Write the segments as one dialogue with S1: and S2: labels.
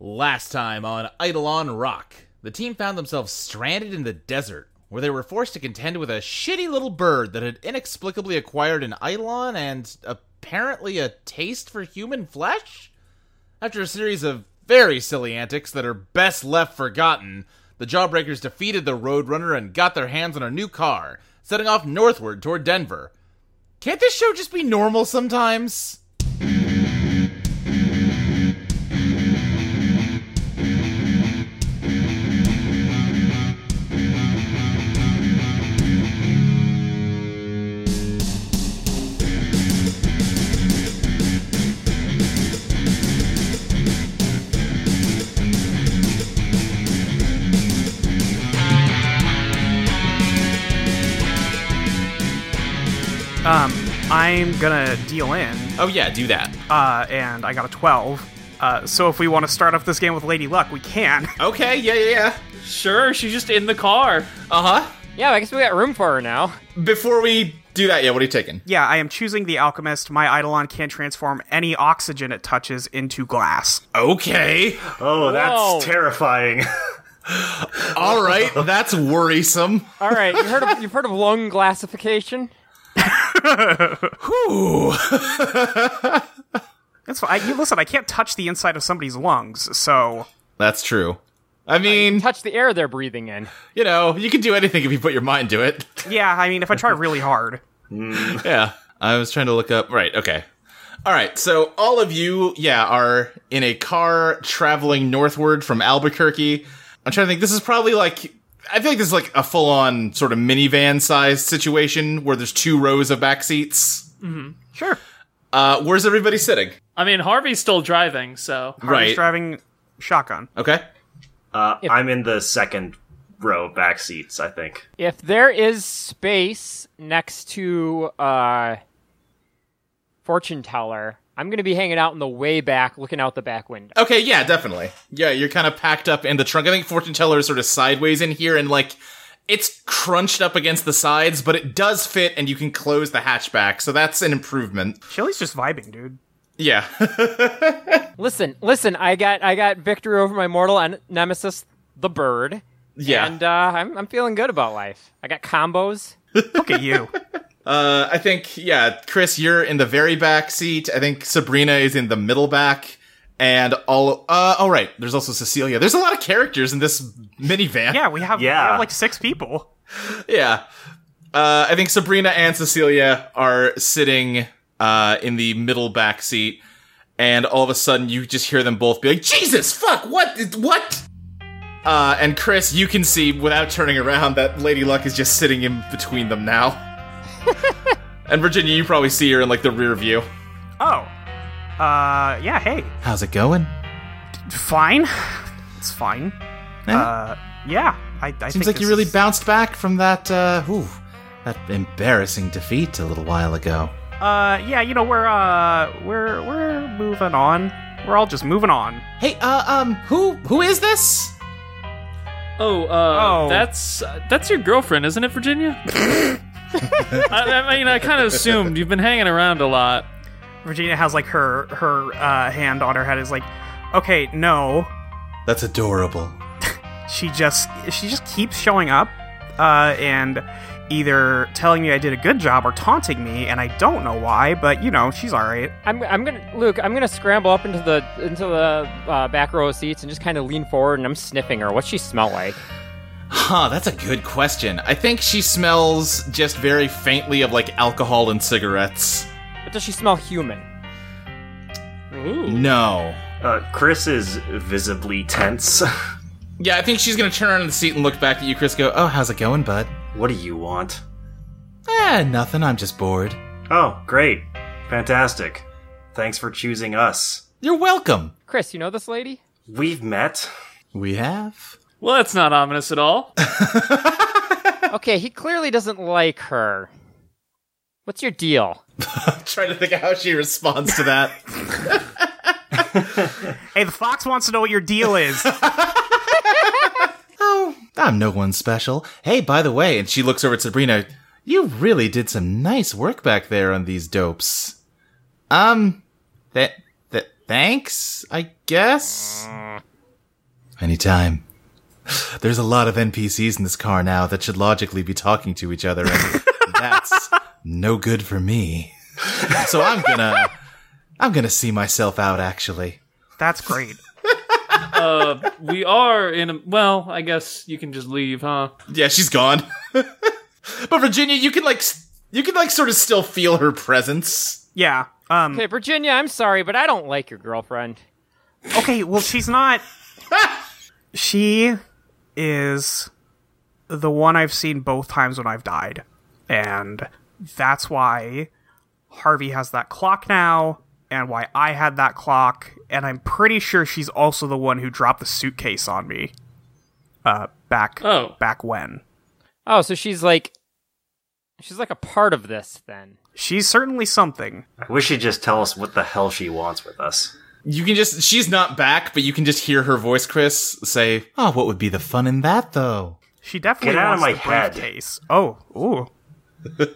S1: Last time on Eidolon Rock, the team found themselves stranded in the desert, where they were forced to contend with a shitty little bird that had inexplicably acquired an Eidolon and apparently a taste for human flesh? After a series of very silly antics that are best left forgotten, the Jawbreakers defeated the Roadrunner and got their hands on a new car, setting off northward toward Denver. Can't this show just be normal sometimes?
S2: Um, I'm gonna deal in,
S1: Oh, yeah, do that.
S2: uh, and I got a 12. Uh, so if we want to start off this game with Lady Luck, we can.
S1: Okay, yeah, yeah, yeah.
S3: Sure, she's just in the car.
S1: Uh huh.
S4: Yeah, I guess we got room for her now.
S1: Before we do that, yeah, what are you taking?
S2: yeah, I am choosing the Alchemist. My Eidolon can transform any oxygen it touches into glass.
S1: Okay.
S5: Oh, that's
S4: Whoa.
S5: terrifying.
S1: All right. That's worrisome.
S4: All right, you heard of, you've heard of lung glassification?
S1: Ooh.
S2: That's fine. I, you- listen, I can't touch the inside of somebody's lungs, so
S1: That's true. I mean,
S4: Touch the air they're breathing in.
S1: you know, you can do anything if you put your mind to it.
S2: yeah. I mean, if I try really hard,
S1: yeah. I was trying to look up. Right. Okay. All right. So all of you, yeah, are in a car traveling northward from Albuquerque. I'm trying to think. This is probably like, I feel like this is like a full on sort of minivan sized situation where there's two rows of back seats.
S2: sure.
S1: Uh, where's everybody sitting?
S3: I mean, Harvey's still driving, so
S2: He's driving shotgun.
S1: Okay.
S5: Uh, I'm in the second row back seats, I think.
S4: If there is space next to uh fortune teller, I'm gonna be hanging out in the way back, looking out the back window.
S1: Okay, yeah, definitely. Yeah, you're kind of packed up in the trunk. I think fortune teller is sort of sideways in here, and like it's crunched up against the sides, but it does fit, and you can close the hatchback, so that's an improvement.
S2: Chili's just vibing, dude.
S1: Yeah,
S4: Listen, listen, I got I got victory over my mortal en- nemesis, the bird,
S1: yeah.
S4: and uh, I'm I'm feeling good about life. I got combos.
S2: Look at you.
S1: uh, I think yeah, Chris, you're in the very back seat. I think Sabrina is in the middle back, and all. Uh, all right. There's also Cecilia. There's a lot of characters in this minivan.
S2: Yeah, we have,
S5: Yeah.
S2: we have like six people.
S1: Yeah. Uh, I think Sabrina and Cecilia are sitting uh, in the middle back seat, and all of a sudden you just hear them both be like, Jesus, fuck, what? is- What? Uh, and Chris, you can see without turning around that Lady Luck is just sitting in between them now. and Virginia, you probably see her in like the rear view.
S2: Oh, uh, yeah. Hey,
S1: How's it going?
S2: fine. It's fine. Uh, yeah. I, I think
S1: Eh? Seems like
S2: this
S1: you really
S2: is-
S1: bounced back from that, uh, ooh, that embarrassing defeat a little while ago.
S2: Uh, yeah, you know we're uh we're we're moving on. We're all just moving on.
S1: Hey, uh, um, who who is this?
S3: oh, uh,
S2: Oh.
S3: that's uh, that's your girlfriend, isn't it, Virginia? I, I mean, I kind of assumed you've been hanging around a lot.
S2: Virginia has like her her uh, hand on her head is like, okay, no.
S1: That's adorable.
S2: She just she just keeps showing up, uh, and either telling me I did a good job or taunting me, and I don't know why, but you know she's all right.
S4: I'm, I'm gonna Luke. I'm gonna scramble up into the into the uh, back row of seats and just kind of lean forward and I'm sniffing her. What's she smell like?
S1: Huh, that's a good question. I think she smells just very faintly of like alcohol and cigarettes.
S4: But does she smell human?
S3: Ooh.
S1: No.
S5: Uh, Chris is visibly tense.
S1: Yeah, I think she's gonna turn around in the seat and look back at you, Chris, go, Oh, how's it going, bud?
S5: what do you want?
S1: Eh, nothing, I'm just bored.
S5: Oh, great. Fantastic. Thanks for choosing us.
S1: You're welcome.
S4: Chris, you know this lady?
S5: We've met.
S1: We have?
S3: Well, that's not ominous at all.
S4: Okay, he clearly doesn't like her. What's your deal?
S1: I'm trying to think of how she responds to that.
S2: Hey, the fox wants to know what your deal is.
S1: oh, I'm no one special. Hey, by the way, and she looks over at Sabrina, you really did some nice work back there on these dopes. Um, that, that, thanks, I guess? Anytime. There's a lot of NPCs in this car now that should logically be talking to each other, and that's no good for me. So I'm gonna, I'm gonna see myself out. Actually,
S2: That's great.
S3: Uh, we are in a. Well, I guess you can just leave, huh?
S1: yeah, she's gone. but Virginia, you can like, s- you can like, sort of still feel her presence.
S2: Yeah. Um.
S4: Okay, Virginia, I'm sorry, but I don't like your girlfriend.
S2: Okay. Well, she's not. she is the one I've seen both times when I've died, and that's why Harvey has that clock now, and why I had that clock, and I'm pretty sure she's also the one who dropped the suitcase on me. Uh, back.
S3: Oh.
S2: Back when.
S4: Oh, so she's like, she's like a part of this then.
S2: She's certainly something.
S5: I wish she'd just tell us what the hell she wants with us.
S1: You can just, she's not back, but you can just hear her voice, Chris, say, "Oh, what would be the fun in that, though?"
S2: She definitely
S5: Get out of
S2: wants
S5: my
S2: the
S5: head.
S2: briefcase. Oh, ooh.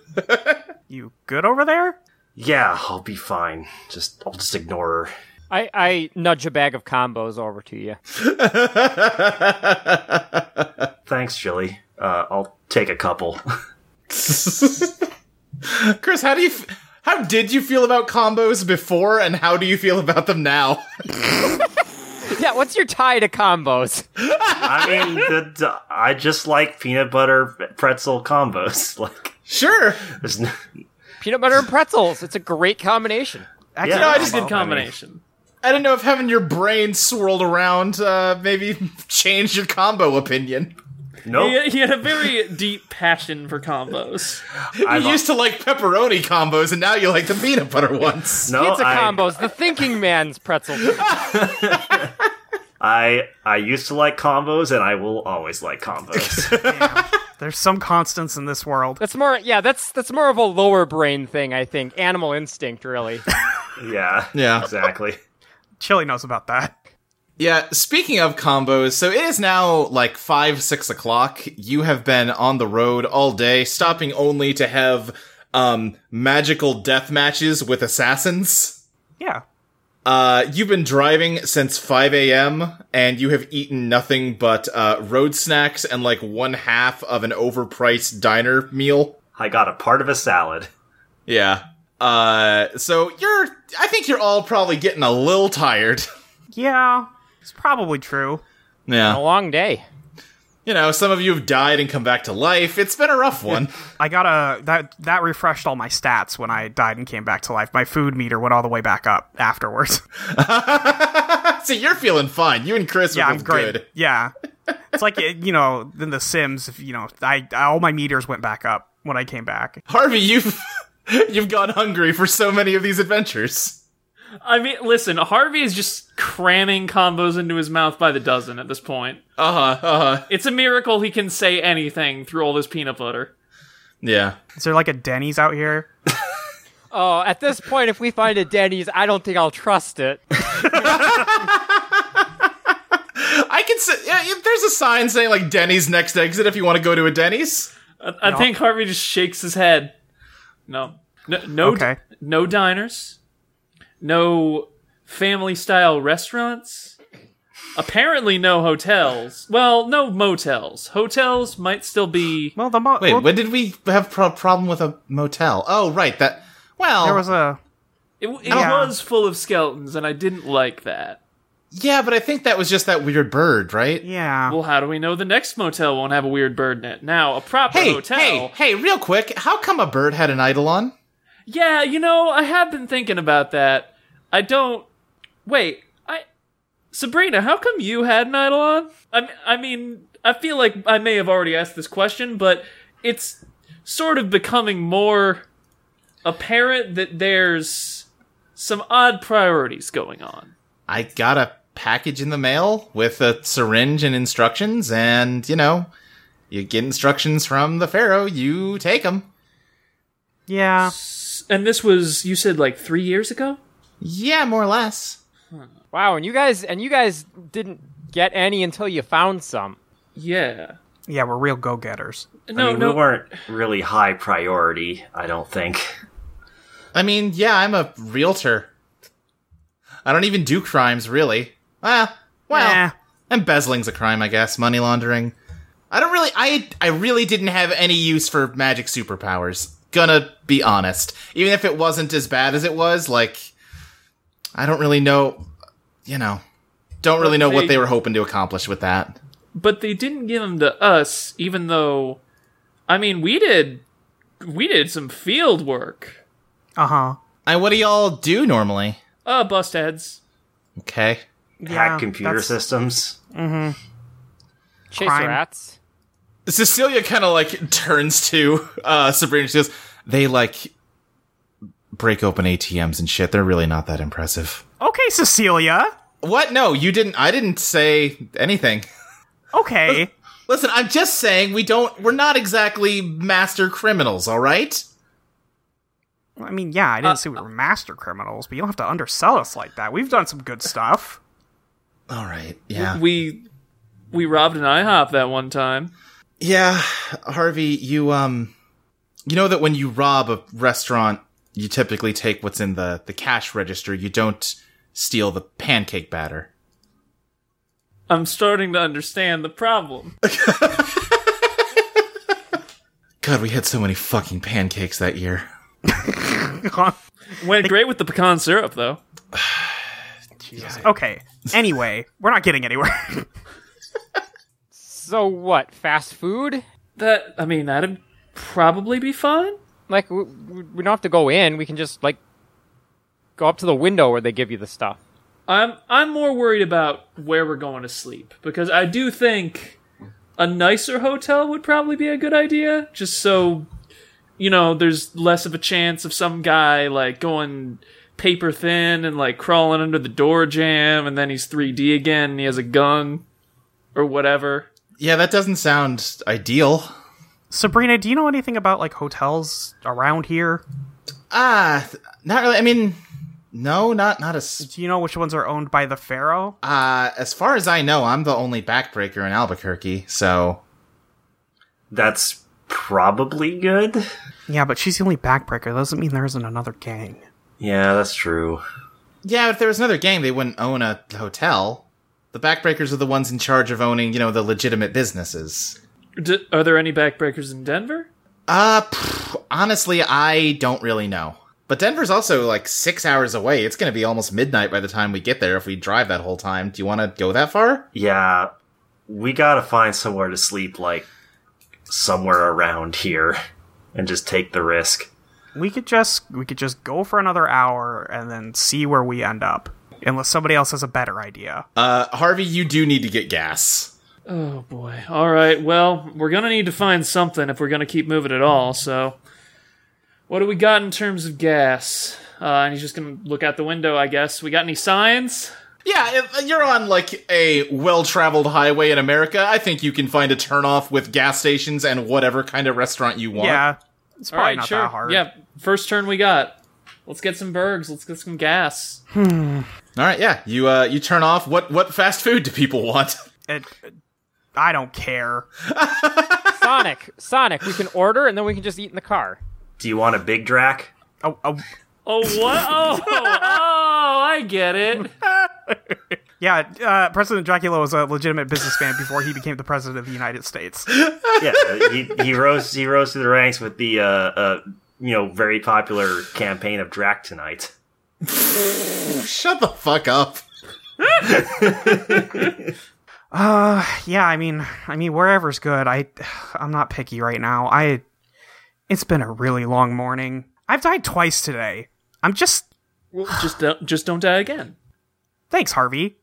S2: you good over there?
S5: Yeah, I'll be fine. Just I'll just ignore her.
S4: I, I nudge a bag of combos over to you.
S5: Thanks, Jilly. Uh, I'll take a couple.
S1: Chris, how do you, f- how did you feel about combos before, and how do you feel about them now?
S4: Yeah, what's your tie to combos?
S5: I mean, the, the, I just like peanut butter pretzel combos. Like,
S1: sure.
S5: there's no,
S4: Peanut butter and pretzels. It's a great combination.
S2: Actually,
S5: Yeah, I
S3: It's
S5: just
S3: a
S5: Well,
S3: good
S5: I mean-
S3: combination.
S1: I don't know if having your brain swirled around uh, maybe changed your combo opinion.
S5: nope.
S3: He, he had a very deep passion for combos.
S1: you used to like pepperoni combos, and now you like the peanut butter ones.
S5: No,
S4: Pizza
S5: Oh, I-
S4: combos, the thinking man's pretzel.
S5: I I used to like combos, and I will always like combos.
S2: there's some constants in this world.
S4: That's more yeah, that's that's more of a lower brain thing, I think. Animal instinct really.
S5: yeah,
S1: Yeah.
S5: exactly.
S2: Chili knows about that.
S1: Yeah, speaking of combos, so it is now like 5, 6 o'clock. You have been on the road all day, stopping only to have um, magical death matches with assassins.
S2: Yeah.
S1: Uh, you've been driving since 5 a.m. and you have eaten nothing but uh, road snacks and like one half of an overpriced diner meal.
S5: I got a part of a salad.
S1: Yeah. Uh, so you're, I think you're all probably getting a little tired.
S2: Yeah. It's probably true.
S4: a
S1: Yeah.
S4: long day.
S1: You know, some of you have died and come back to life. It's been a rough one.
S2: I got a that that refreshed all my stats when I died and came back to life. My food meter went all the way back up afterwards.
S1: so you're feeling fine. You and Chris
S2: yeah,
S1: are
S2: I'm
S1: both
S2: great.
S1: good.
S2: Yeah. It's like you know, in the Sims, if you know, I, I all my meters went back up when I came back.
S1: Harvey, you've, you've gone hungry for so many of these adventures.
S3: I mean, listen, Harvey is just cramming combos into his mouth by the dozen at this point.
S1: Uh huh, uh huh.
S3: It's a miracle he can say anything through all this peanut butter.
S1: Yeah.
S2: Is there like a Denny's out here?
S4: Oh, at this point if we find a Denny's, I don't think I'll trust it.
S1: I can say yeah, if there's a sign saying like Denny's next exit if you want to go to a Denny's.
S3: I, I think Harvey just shakes his head. No, no, no,
S2: Okay.
S3: no diners, no family-style restaurants. Apparently, no hotels. Well, no motels. Hotels might still be.
S2: Well, the mo-
S1: Wait,
S2: well,
S1: when did we have pro- problem with a motel? Oh, right, that. Well,
S2: there was a
S3: It, it
S2: Yeah.
S3: was full of skeletons, and I didn't like that.
S1: yeah, but I think that was just that weird bird, right?
S2: yeah.
S3: Well, how do we know the next motel won't have a weird bird in it? Now, a proper
S1: Hey,
S3: hotel.
S1: hey, hey! Real quick, how come a bird had an eidolon?
S3: Yeah, you know, I have been thinking about that. I don't. Wait, I. Sabrina, how come you had an eidolon? I, m- I mean, I feel like I may have already asked this question, but it's sort of becoming more apparent that there's some odd priorities going on.
S1: I got a package in the mail with a syringe and instructions, and you know, you get instructions from the pharaoh, you take them.
S2: Yeah.
S3: And this was, you said, like three years ago?
S1: Yeah, more or less.
S4: Wow, and you guys and you guys didn't get any until you found some.
S3: Yeah.
S2: Yeah, we're real go getters.
S3: No,
S5: I mean,
S3: no.
S5: we weren't really high priority. I don't think.
S1: I mean, yeah, I'm a realtor. I don't even do crimes, really. Ah, Well, well,
S2: Nah.
S1: Embezzling's a crime, I guess. Money laundering. I don't really. I I really didn't have any use for magic superpowers. Gonna be honest. Even if it wasn't as bad as it was, like, I don't really know. You know, don't really know what
S3: they-
S1: they were hoping to accomplish with that.
S3: but they didn't give them to us even though i mean we did we did some field work
S2: Uh huh.
S1: And what do y'all do normally?
S3: uh bust heads
S1: Okay.
S2: Yeah,
S5: Hack computer
S2: that's-
S5: systems.
S4: Chase
S2: Crime.
S4: rats.
S1: Cecilia kind of like turns to uh, Sabrina. She goes, "They like break open ATMs and shit. They're really not that impressive."
S2: Okay, Cecilia.
S1: What? No, you didn't. I didn't say anything.
S2: Okay.
S1: Listen, I'm just saying we don't. We're not exactly master criminals. All right.
S2: I mean, yeah, I
S3: Uh,
S2: didn't say we were master criminals, but you don't have to undersell us like that. We've done some good stuff.
S1: All right. Yeah.
S3: we we robbed an ihop that one time
S1: yeah, Harvey. You um, you know that when you rob a restaurant, you typically take what's in the the cash register. You don't steal the pancake batter.
S3: i'm starting to understand the problem
S1: God, we had so many fucking pancakes that year.
S3: went great with the pecan syrup though
S2: okay. Anyway, we're not getting anywhere.
S4: So what? Fast food?
S3: that i mean that'd probably be fine
S4: Like we, we we don't have to go in. We can just like go up to the window where they give you the stuff.
S3: i'm i'm more worried about where we're going to sleep because i do think a nicer hotel would probably be a good idea just so you know there's less of a chance of some guy like going paper thin and like crawling under the door jam and then he's 3d again and he has a gun or whatever
S1: Yeah, that doesn't sound ideal.
S2: Sabrina, do you know anything about like hotels around here?
S1: Ah, th- not really. I mean, no, not not as.
S2: Do you know which ones are owned by the pharaoh?
S1: Uh, as far as I know, I'm the only backbreaker in Albuquerque. So
S5: That's probably good.
S2: Yeah, but she's the only backbreaker. Doesn't mean there isn't another gang.
S5: Yeah, that's true.
S1: yeah, if there was another gang, they wouldn't own a hotel. The backbreakers are the ones in charge of owning, you know, the legitimate businesses.
S3: D- are there any backbreakers in denver
S1: Uh, pff, honestly, I don't really know. But Denver's also like six hours away. It's going to be almost midnight by the time we get there if we drive that whole time. Do you want to go that far?
S5: Yeah, we gotta find somewhere to sleep, like somewhere around here, and just take the risk.
S2: We could just we could just go for another hour and then see where we end up. Unless somebody else has a better idea.
S3: Uh-huh.
S1: Uh, Harvey, you do need to get gas.
S3: Oh boy. All right. Well, we're going to need to find something if we're going to keep moving at all. So, what do we got in terms of gas? Uh, and he's just going to look out the window, I guess. We got any signs?
S1: Yeah, if uh, you're on like a well-traveled highway in America, I think you can find a turnoff with gas stations and whatever kind of restaurant you want.
S2: Yeah. It's
S3: All
S2: probably
S3: right,
S2: not
S3: sure.
S2: that hard.
S3: Yeah, first turn we got. Let's get some bergs. Let's get some gas.
S1: All right, yeah. You uh you turn off what what fast food do people want?
S2: It, I don't care.
S4: Sonic, Sonic. We can order and then we can just eat in the car.
S5: Do you want a big drac?
S2: Oh, oh,
S3: Oh, what? Oh, oh, I get it.
S2: yeah, uh, President Dracula was a legitimate businessman before he became the president of the United States.
S5: Yeah, uh, he, he rose he rose through the ranks with the uh, uh, you know very popular campaign of drac tonight.
S1: Shut the fuck up.
S2: Uh, yeah, I mean, I mean, wherever's good. I, I'm not picky right now. I, it's been a really long morning. I've died twice today. I'm just
S3: Well, just don't, just don't die again.
S2: thanks, Harvey.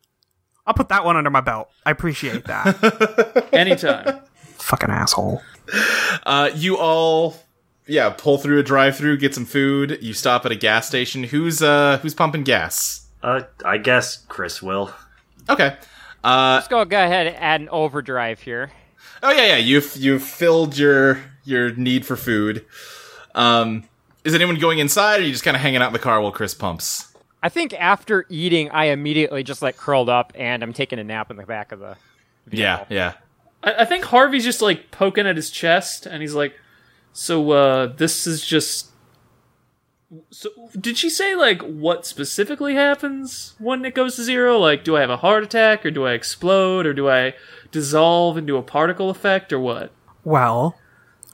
S2: I'll put that one under my belt. I appreciate that.
S3: Anytime.
S2: Fucking asshole.
S1: Uh you all yeah, pull through a drive-through, get some food, you stop at a gas station. Who's uh who's pumping gas?
S5: Uh, I guess Chris will.
S1: Okay. Uh
S4: Let's go. Go ahead and add an overdrive here.
S1: oh yeah, yeah, you've you've filled your your need for food. Um is anyone going inside or are you just kind of hanging out in the car while Chris pumps?
S4: I think after eating, I immediately just like curled up and I'm taking a nap in the back of the.
S1: Yeah, yeah.
S3: I, I think Harvey's just like poking at his chest, and he's like, "So, uh, this is just So, did she say like what specifically happens when it goes to zero? Like, do I have a heart attack, or do I explode, or do I dissolve into a particle effect, or what?
S2: Well,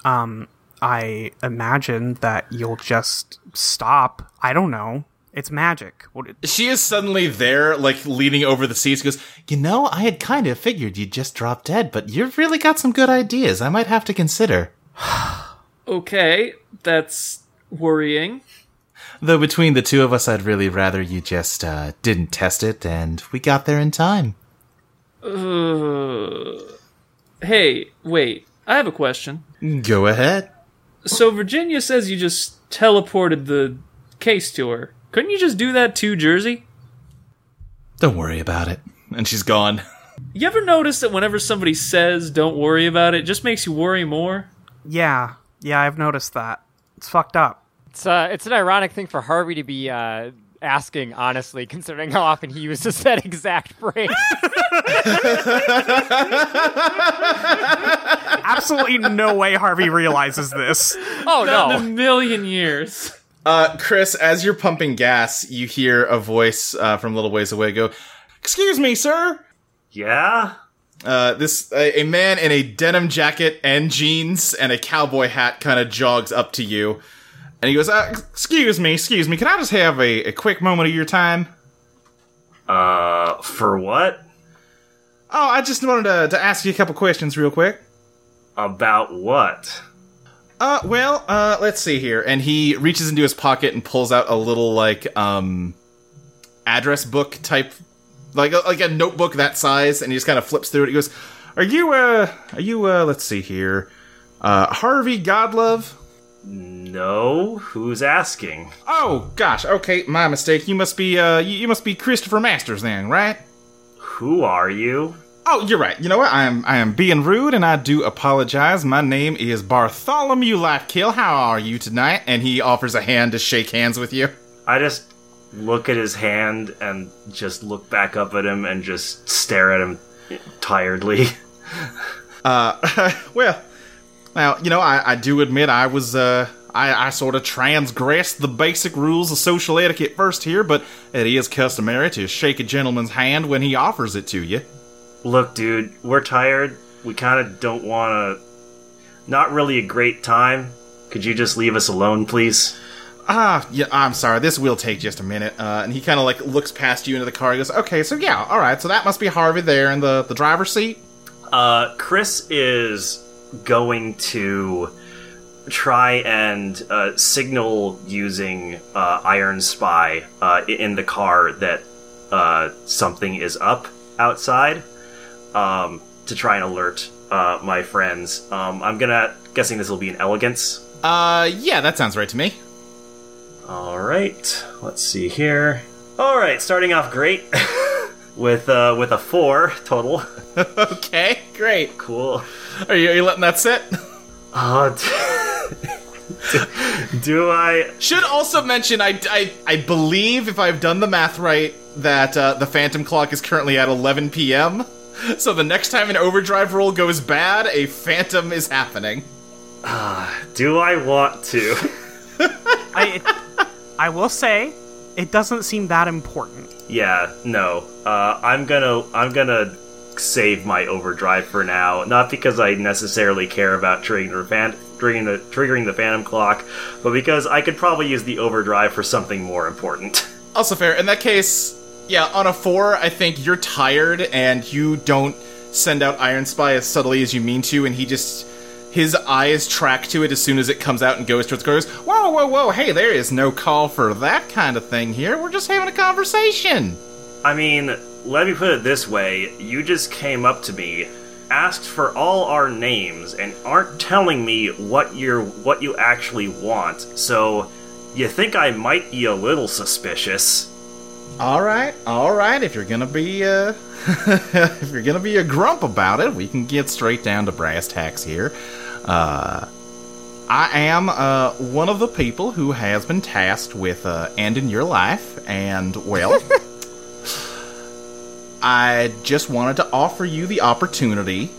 S2: um, I imagine that you'll just stop. I don't know. It's magic. What,
S1: She is suddenly there, like leaning over the seats. Goes, you know, I had kind of figured you'd just drop dead, but you've really got some good ideas. I might have to consider.
S3: Okay, that's worrying.
S1: Though between the two of us, I'd really rather you just uh, didn't test it, and we got there in time.
S3: Uh, hey, wait, I have a question.
S1: Go ahead.
S3: So Virginia says you just teleported the case to her. Couldn't you just do that to Jersey?
S1: Don't worry about it. And she's gone.
S3: You ever notice that whenever somebody says "don't worry about it," it just makes you worry more?
S2: yeah, yeah, I've noticed that. It's fucked up.
S4: It's uh, it's an ironic thing for Harvey to be uh, asking, honestly, considering how often he uses that exact phrase.
S2: Absolutely no way Harvey realizes this.
S4: oh
S3: In a
S4: no!
S3: million years.
S1: Uh, Chris, as you're pumping gas, you hear a voice uh, from a little ways away go, "Excuse me, sir."
S5: Yeah?
S1: Uh, this a, a man in a denim jacket and jeans and a cowboy hat kind of jogs up to you, and he goes, uh, "Excuse me, excuse me. Can I just have a, a quick moment of your time?"
S5: Uh, for what?
S1: Oh, I just wanted to, to ask you a couple questions real quick.
S5: About what?
S1: Uh, well, uh, let's see here. And he reaches into his pocket and pulls out a little like um, address book type, like a, like a notebook that size, and he just kind of flips through it. He goes, "Are you uh, are you uh, let's see here, uh, Harvey Godlove?"
S5: No? Who's asking?
S1: Oh gosh, okay, my mistake. You must be uh you, you must be Christopher Masters then, right?
S5: Who are you?
S1: Oh, you're right. You know what? I am I am being rude and I do apologize. My name is Bartholomew Lightkill. How are you tonight? And he offers a hand to shake hands with you.
S5: I just look at his hand and just look back up at him and just stare at him tiredly.
S1: Uh well now, you know, I, I do admit I was uh I, I sort of transgressed the basic rules of social etiquette first here, but it is customary to shake a gentleman's hand when he offers it to you.
S5: Look, dude, we're tired. We kind of don't want to. Not really a great time. Could you just leave us alone, please?
S1: Ah, yeah, I'm sorry. This will take just a minute. Uh, and he kind of like looks past you into the car. He goes, "Okay, so yeah, all right. So that must be Harvey there in the the driver's seat."
S5: Uh, Chris is going to try and uh, signal using uh, Iron Spy uh, i- in the car that uh, something is up outside um, to try and alert uh, my friends. Um, I'm gonna guessing this will be an elegance.
S1: Uh, yeah, that sounds right to me.
S5: All right, let's see here. All right, starting off great with uh, with a four total.
S1: okay, great.
S5: Cool.
S1: Are you, are you letting that sit?
S5: Uh, d- do I?
S1: Should also mention, I, I I believe if I've done the math right, that uh, the phantom clock is currently at 11 p.m. So the next time an overdrive roll goes bad, a phantom is happening.
S5: uh, Do I want to?
S2: I, it, I will say, it doesn't seem that important.
S5: yeah, no. Uh, I'm gonna I'm gonna save my overdrive for now. Not because I necessarily care about triggering the fan- triggering the triggering the phantom clock, but because I could probably use the overdrive for something more important.
S1: Also fair. In that case, yeah, on a four, I think you're tired and you don't send out Iron Spy as subtly as you mean to, and he just his eyes track to it as soon as it comes out and goes towards goes, Whoa, whoa, whoa, hey, there is no call for that kind of thing here. We're just having a conversation.
S5: I mean, let me put it this way you just came up to me, asked for all our names, and aren't telling me what you're what you actually want, so you think I might be a little suspicious.
S1: Alright, alright, if you're gonna be uh if you're gonna be a grump about it, we can get straight down to brass tacks here. Uh I am uh one of the people who has been tasked with uh ending your life, and well I just wanted to offer you the opportunity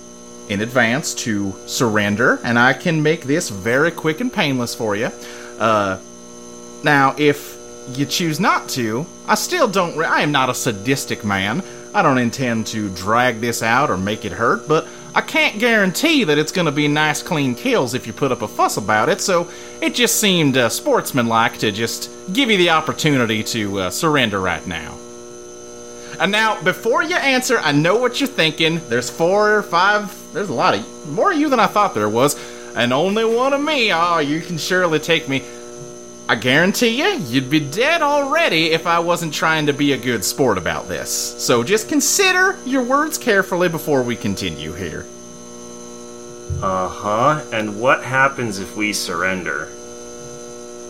S1: in advance to surrender, and I can make this very quick and painless for you. Uh Now, if you choose not to, I still don't. Re- I am not a sadistic man. I don't intend to drag this out or make it hurt, but I can't guarantee that it's going to be nice, clean kills if you put up a fuss about it. So it just seemed uh, sportsmanlike to just give you the opportunity to uh, surrender right now. And now, before you answer, I know what you're thinking. There's four or five. There's a lot of more of you than I thought there was, and only one of me. Oh, you can surely take me. I guarantee you, you'd be dead already if I wasn't trying to be a good sport about this. So just consider your words carefully before we continue here.
S5: Uh huh. And what happens if we surrender?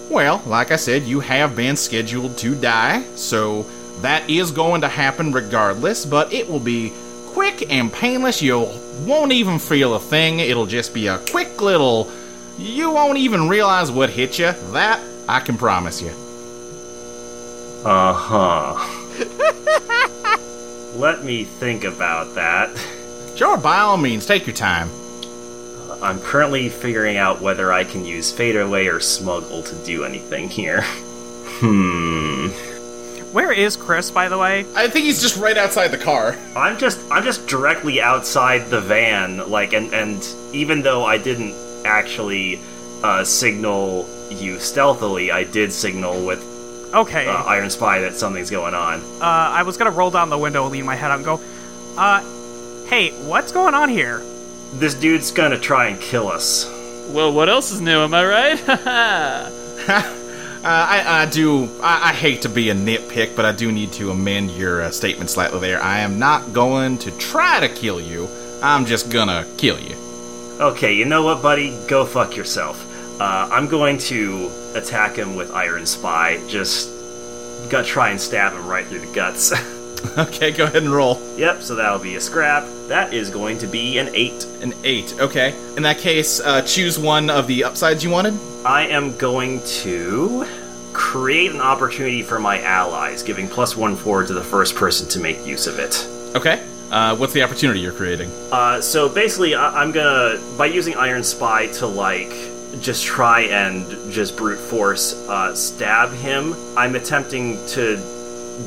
S1: Well, like I said, you have been scheduled to die, so that is going to happen regardless, but it will be quick and painless. You won't even feel a thing. It'll just be a quick little. You won't even realize what hit you. That I can promise you.
S5: Uh huh. Let me think about that.
S1: Sure, by all means, take your time.
S5: I'm currently figuring out whether I can use fade away or smuggle to do anything here. Hmm.
S2: Where is Chris, by the way?
S1: I think he's just right outside the car.
S5: I'm just I'm just directly outside the van, like and and even though I didn't actually uh, signal you stealthily, I did signal with
S2: Okay.
S5: uh, Iron Spy that something's going on.
S2: Uh, I was gonna roll down the window, lean my head out, and go, uh, hey, what's going on here?
S5: This dude's gonna try and kill us.
S3: Well, what else is new? Am I right? Haha.
S1: Uh, I, I do. I, I hate to be a nitpick, but I do need to amend your uh, statement slightly there. I am not going to try to kill you. I'm just gonna kill you.
S5: Okay, you know what, buddy? Go fuck yourself. Uh, I'm going to attack him with Iron Spy. Just got try and stab him right through the guts.
S1: Okay, go ahead and roll.
S5: yep, so that'll be a scrap. That is going to be an eight.
S1: An eight. Okay. In that case, uh, choose one of the upsides you wanted.
S5: I am going to create an opportunity for my allies, giving plus one forward to the first person to make use of it.
S1: Okay. Uh, what's the opportunity you're creating?
S5: Uh, so basically, I- I'm gonna by using Iron Spy to like just try and just brute force uh, stab him. I'm attempting to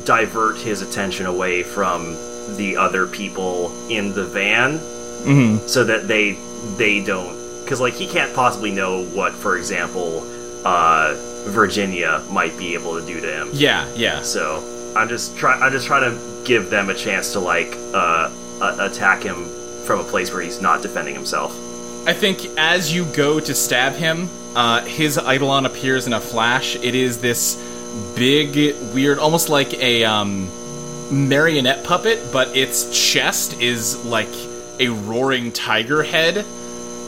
S5: divert his attention away from the other people in the van
S1: Mm-hmm.
S5: so that they they don't because like he can't possibly know what, for example, uh, Virginia might be able to do to him.
S1: Yeah. Yeah.
S5: So I'm just try I'm just trying to give them a chance to like uh, a- attack him from a place where he's not defending himself.
S1: I think as you go to stab him, uh, his eidolon appears in a flash. It is this big, weird, almost like a um, marionette puppet, but its chest is like a roaring tiger head.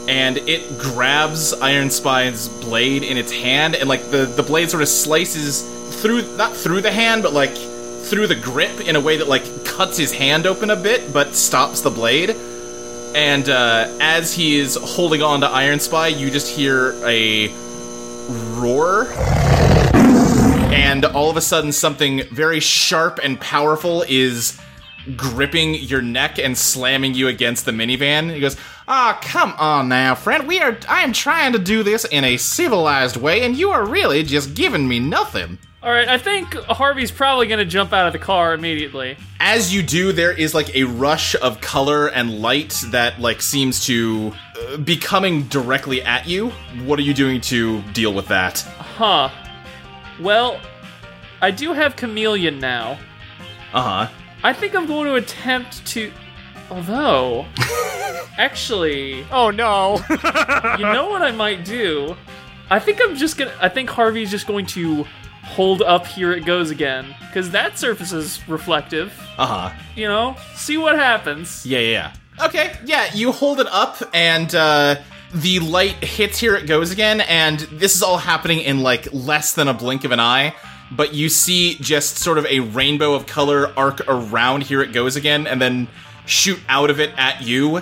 S1: And it grabs Iron Spine's blade in its hand, and like the, the blade sort of slices through, not through the hand, but like through the grip in a way that like cuts his hand open a bit, but stops the blade. And uh, as he is holding on to Iron Spy, you just hear a roar. And all of a sudden, something very sharp and powerful is gripping your neck and slamming you against the minivan. He goes, Ah, come on now, friend. We are. I am trying to do this in a civilized way, and you are really just giving me nothing.
S3: All right, I think Harvey's probably going to jump out of the car immediately.
S1: as you do there is like a rush of color and light that like seems to uh, be coming directly at you what are you doing to deal with that
S3: Huh. Well, I do have chameleon now.
S1: uh-huh
S3: I think I'm going to attempt to. Although, actually,
S4: Oh no!
S3: you know what I might do? I think I'm just gonna. I think Harvey's just going to hold up here it goes again. Because that surface is reflective.
S1: uh-huh
S3: You know? See what happens.
S1: yeah yeah yeah. okay yeah you hold it up and uh the light hits here it goes again and this is all happening in like less than a blink of an eye but you see just sort of a rainbow of color arc around here it goes again and then shoot out of it at you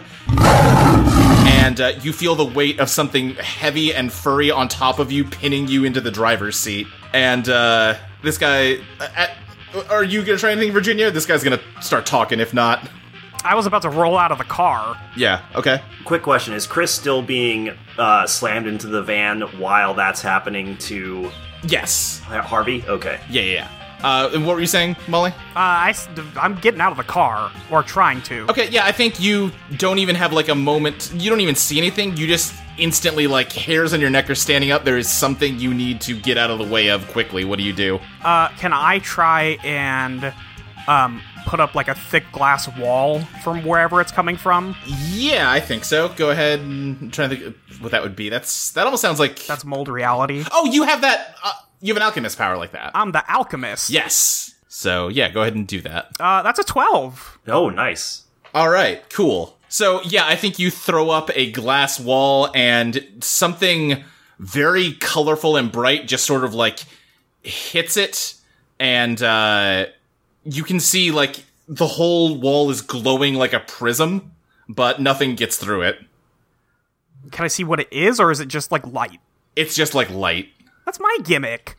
S1: and uh, you feel the weight of something heavy and furry on top of you, pinning you into the driver's seat. And uh, this guy, uh, at, are you gonna try anything, Virginia? This guy's gonna start talking. If not,
S2: I was about to roll out of the car.
S1: yeah, okay.
S5: Quick question: Is Chris still being uh, slammed into the van while that's happening to
S1: Yes.
S5: Harvey? Okay.
S1: Yeah, yeah. yeah. Uh, and what were you saying, Molly?
S2: Uh, I, am getting out of the car, or trying to.
S1: Okay, yeah, I think you don't even have like a moment. You don't even see anything. You just instantly like hairs on your neck are standing up. There is something you need to get out of the way of quickly. What do you do?
S2: Uh, can I try and um, put up like a thick glass wall from wherever it's coming from?
S1: Yeah, I think so. Go ahead and try to think what that would be. That's that almost sounds like.
S2: That's mold reality.
S1: oh, you have that. Uh, you have an alchemist power like that.
S2: I'm the alchemist.
S1: yes. So yeah, go ahead and do that.
S2: Uh, that's a 12.
S5: Oh, nice.
S1: All right, cool. So, yeah, I think you throw up a glass wall and something very colorful and bright just sort of like hits it. And uh, you can see like the whole wall is glowing like a prism, but nothing gets through it.
S2: Can I see what it is, or is it just like light?
S1: It's just like light.
S2: That's my gimmick.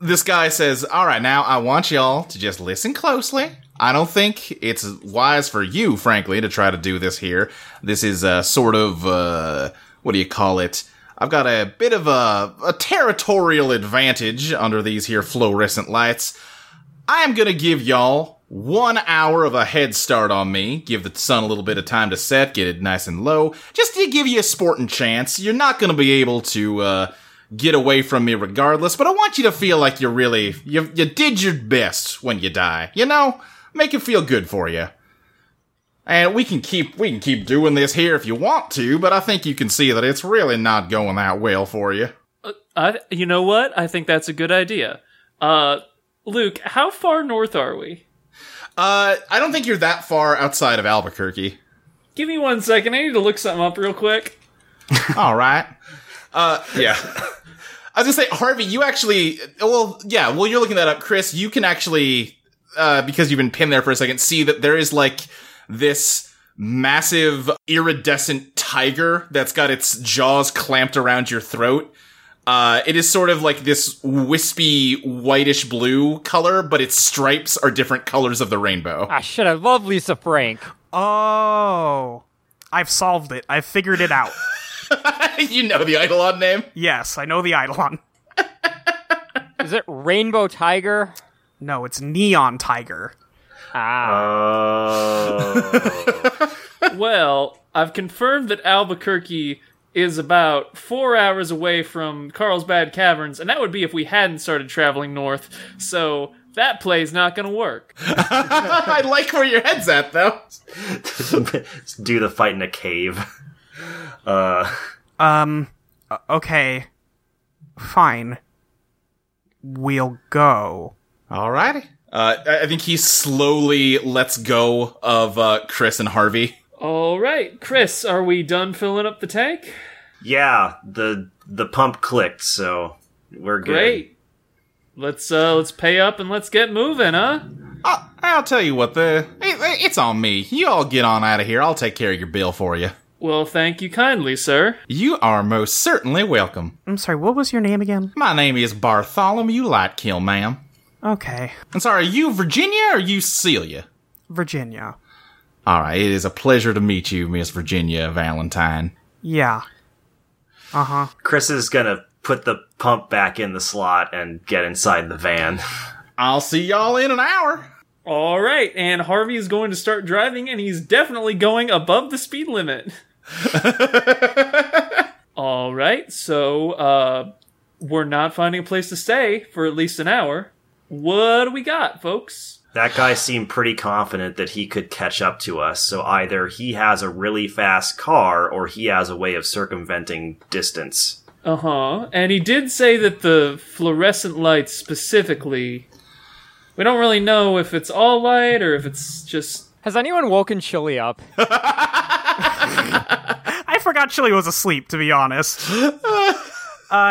S1: This guy says, All right, now I want y'all to just listen closely. I don't think it's wise for you, frankly, to try to do this here. This is a sort of, uh, what do you call it? I've got a bit of a, a territorial advantage under these here fluorescent lights. I am going to give y'all one hour of a head start on me. Give the sun a little bit of time to set, get it nice and low, just to give you a sporting chance. You're not going to be able to uh, get away from me regardless, but I want you to feel like you really you you did your best when you die. You know, make it feel good for you. And we can keep we can keep doing this here if you want to, but I think you can see that it's really not going that well for you.
S3: I, you know what? I think that's a good idea. Uh, Luke, how far north are we?
S1: Uh, I don't think you're that far outside of Albuquerque.
S3: Give me one second. I need to look something up real quick.
S1: All right. Uh, yeah. I was gonna say, Harvey, you actually, well, yeah, well, you're looking that up, Chris. You can actually, uh, because you've been pinned there for a second, see that there is like this massive iridescent tiger that's got its jaws clamped around your throat. Uh, it is sort of like this wispy whitish blue color, but its stripes are different colors of the rainbow.
S4: Ah, shit, I love Lisa Frank.
S2: Oh. I've solved it. I've figured it out.
S1: you know the Eidolon name?
S2: yes, I know the Eidolon.
S4: Is it Rainbow Tiger?
S2: No, it's Neon Tiger.
S4: Ah,
S5: Uh,
S3: Well, I've confirmed that Albuquerque is about four hours away from Carlsbad Caverns, and that would be if we hadn't started traveling north. So that play's not going to work.
S1: I like where your head's at, though.
S5: Just do the fight in a cave. Uh,
S2: Um, o- okay. Fine. We'll go.
S1: Alrighty. Uh, I I think he slowly lets go of uh, Chris and Harvey.
S3: All right, Chris, are we done filling up the tank?
S5: yeah, the the pump clicked, so we're good.
S3: Great. Let's uh let's pay up and let's get moving, huh?
S1: I- Uh, I'll tell you what, the it- it- it's on me. You all get on out of here. I'll take care of your bill for you.
S3: Well, thank you kindly, sir.
S1: You are most certainly welcome.
S2: I'm sorry, what was your name again?
S1: My name is Bartholomew Lightkill, ma'am.
S2: Okay.
S1: I'm sorry, are you Virginia or are you Celia?
S2: Virginia.
S1: All right, it is a pleasure to meet you, Miss Virginia Valentine.
S2: Yeah.
S5: Chris is gonna put the pump back in the slot and get inside the van.
S1: I'll see y'all in an hour.
S3: All right, and Harvey is going to start driving, and he's definitely going above the speed limit. All right, so uh, we're not finding a place to stay for at least an hour. What do we got, folks?
S5: That guy seemed pretty confident that he could catch up to us, so either he has a really fast car or he has a way of circumventing distance.
S3: Uh huh. And he did say that the fluorescent lights specifically. We don't really know if it's all light or if it's just.
S4: has anyone woken Chili up?
S2: I forgot Chili was asleep, to be honest. uh,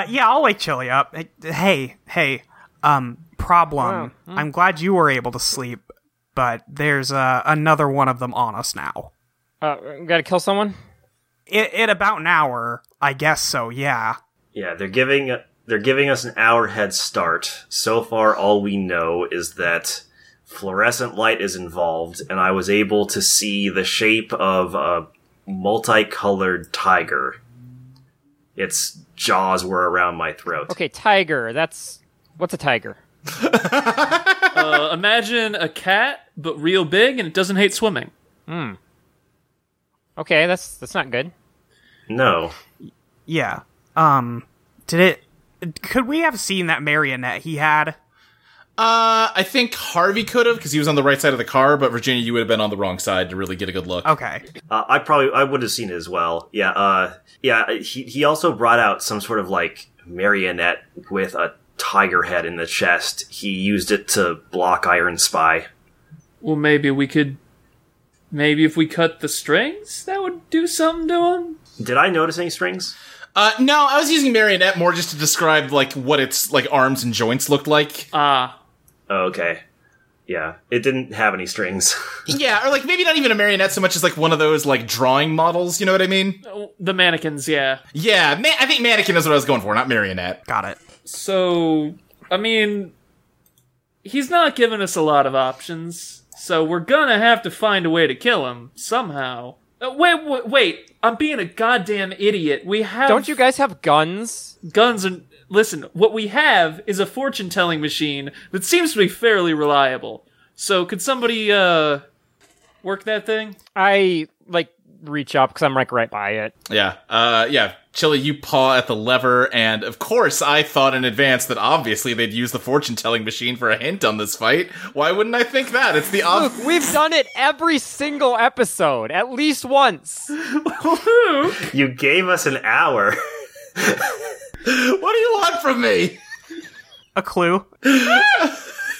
S2: yeah, I'll wake Chili up. Hey, hey, um, problem. I'm glad you were able to sleep, but there's uh, another one of them on us now.
S4: Uh, gotta kill someone.
S2: In, in about an hour, I guess so, yeah.
S5: Yeah, they're giving they're giving us an hour head start. So far, all we know is that fluorescent light is involved, and I was able to see the shape of a multicolored tiger. Its jaws were around my throat.
S4: Okay, tiger. That's what's a tiger?
S3: Uh, imagine a cat, but real big, and it doesn't hate swimming.
S4: Okay, that's that's not good.
S5: No.
S2: Yeah. Um, did it? Could we have seen that marionette he had?
S1: Uh, I think Harvey could have because he was on the right side of the car, but Virginia, you would have been on the wrong side to really get a good look.
S2: Okay.
S5: Uh, I probably I would have seen it as well. Yeah, uh, yeah. He he also brought out some sort of like marionette with a tiger head in the chest. He used it to block Iron Spy.
S3: Well, maybe we could. Maybe if we cut the strings, that would do something to him.
S5: Did I notice any strings?
S1: Uh, no, I was using marionette more just to describe like what its like arms and joints looked like.
S3: Ah,
S5: Oh, okay. Yeah, it didn't have any strings.
S1: yeah, or like maybe not even a marionette so much as like one of those like drawing models. You know what I mean?
S3: the mannequins. Yeah.
S1: Yeah, ma- I think mannequin is what I was going for, not marionette.
S2: Got it.
S3: So, I mean, he's not giving us a lot of options, so we're gonna have to find a way to kill him somehow. Uh, wait, wait, wait! I'm being a goddamn idiot. We have
S4: Don't you guys have guns?
S3: guns and listen. What we have is a fortune-telling machine that seems to be fairly reliable. So, could somebody uh work that thing?
S4: I like reach up because I'm like right by it.
S1: Yeah, uh, yeah. Chili, you paw at the lever, and of course, I thought in advance that obviously they'd use the fortune telling machine for a hint on this fight. Why wouldn't I think that? It's the ob-
S4: Look, we've done it every single episode, at least once.
S5: you gave us an hour.
S1: What do you want from me?
S2: A clue.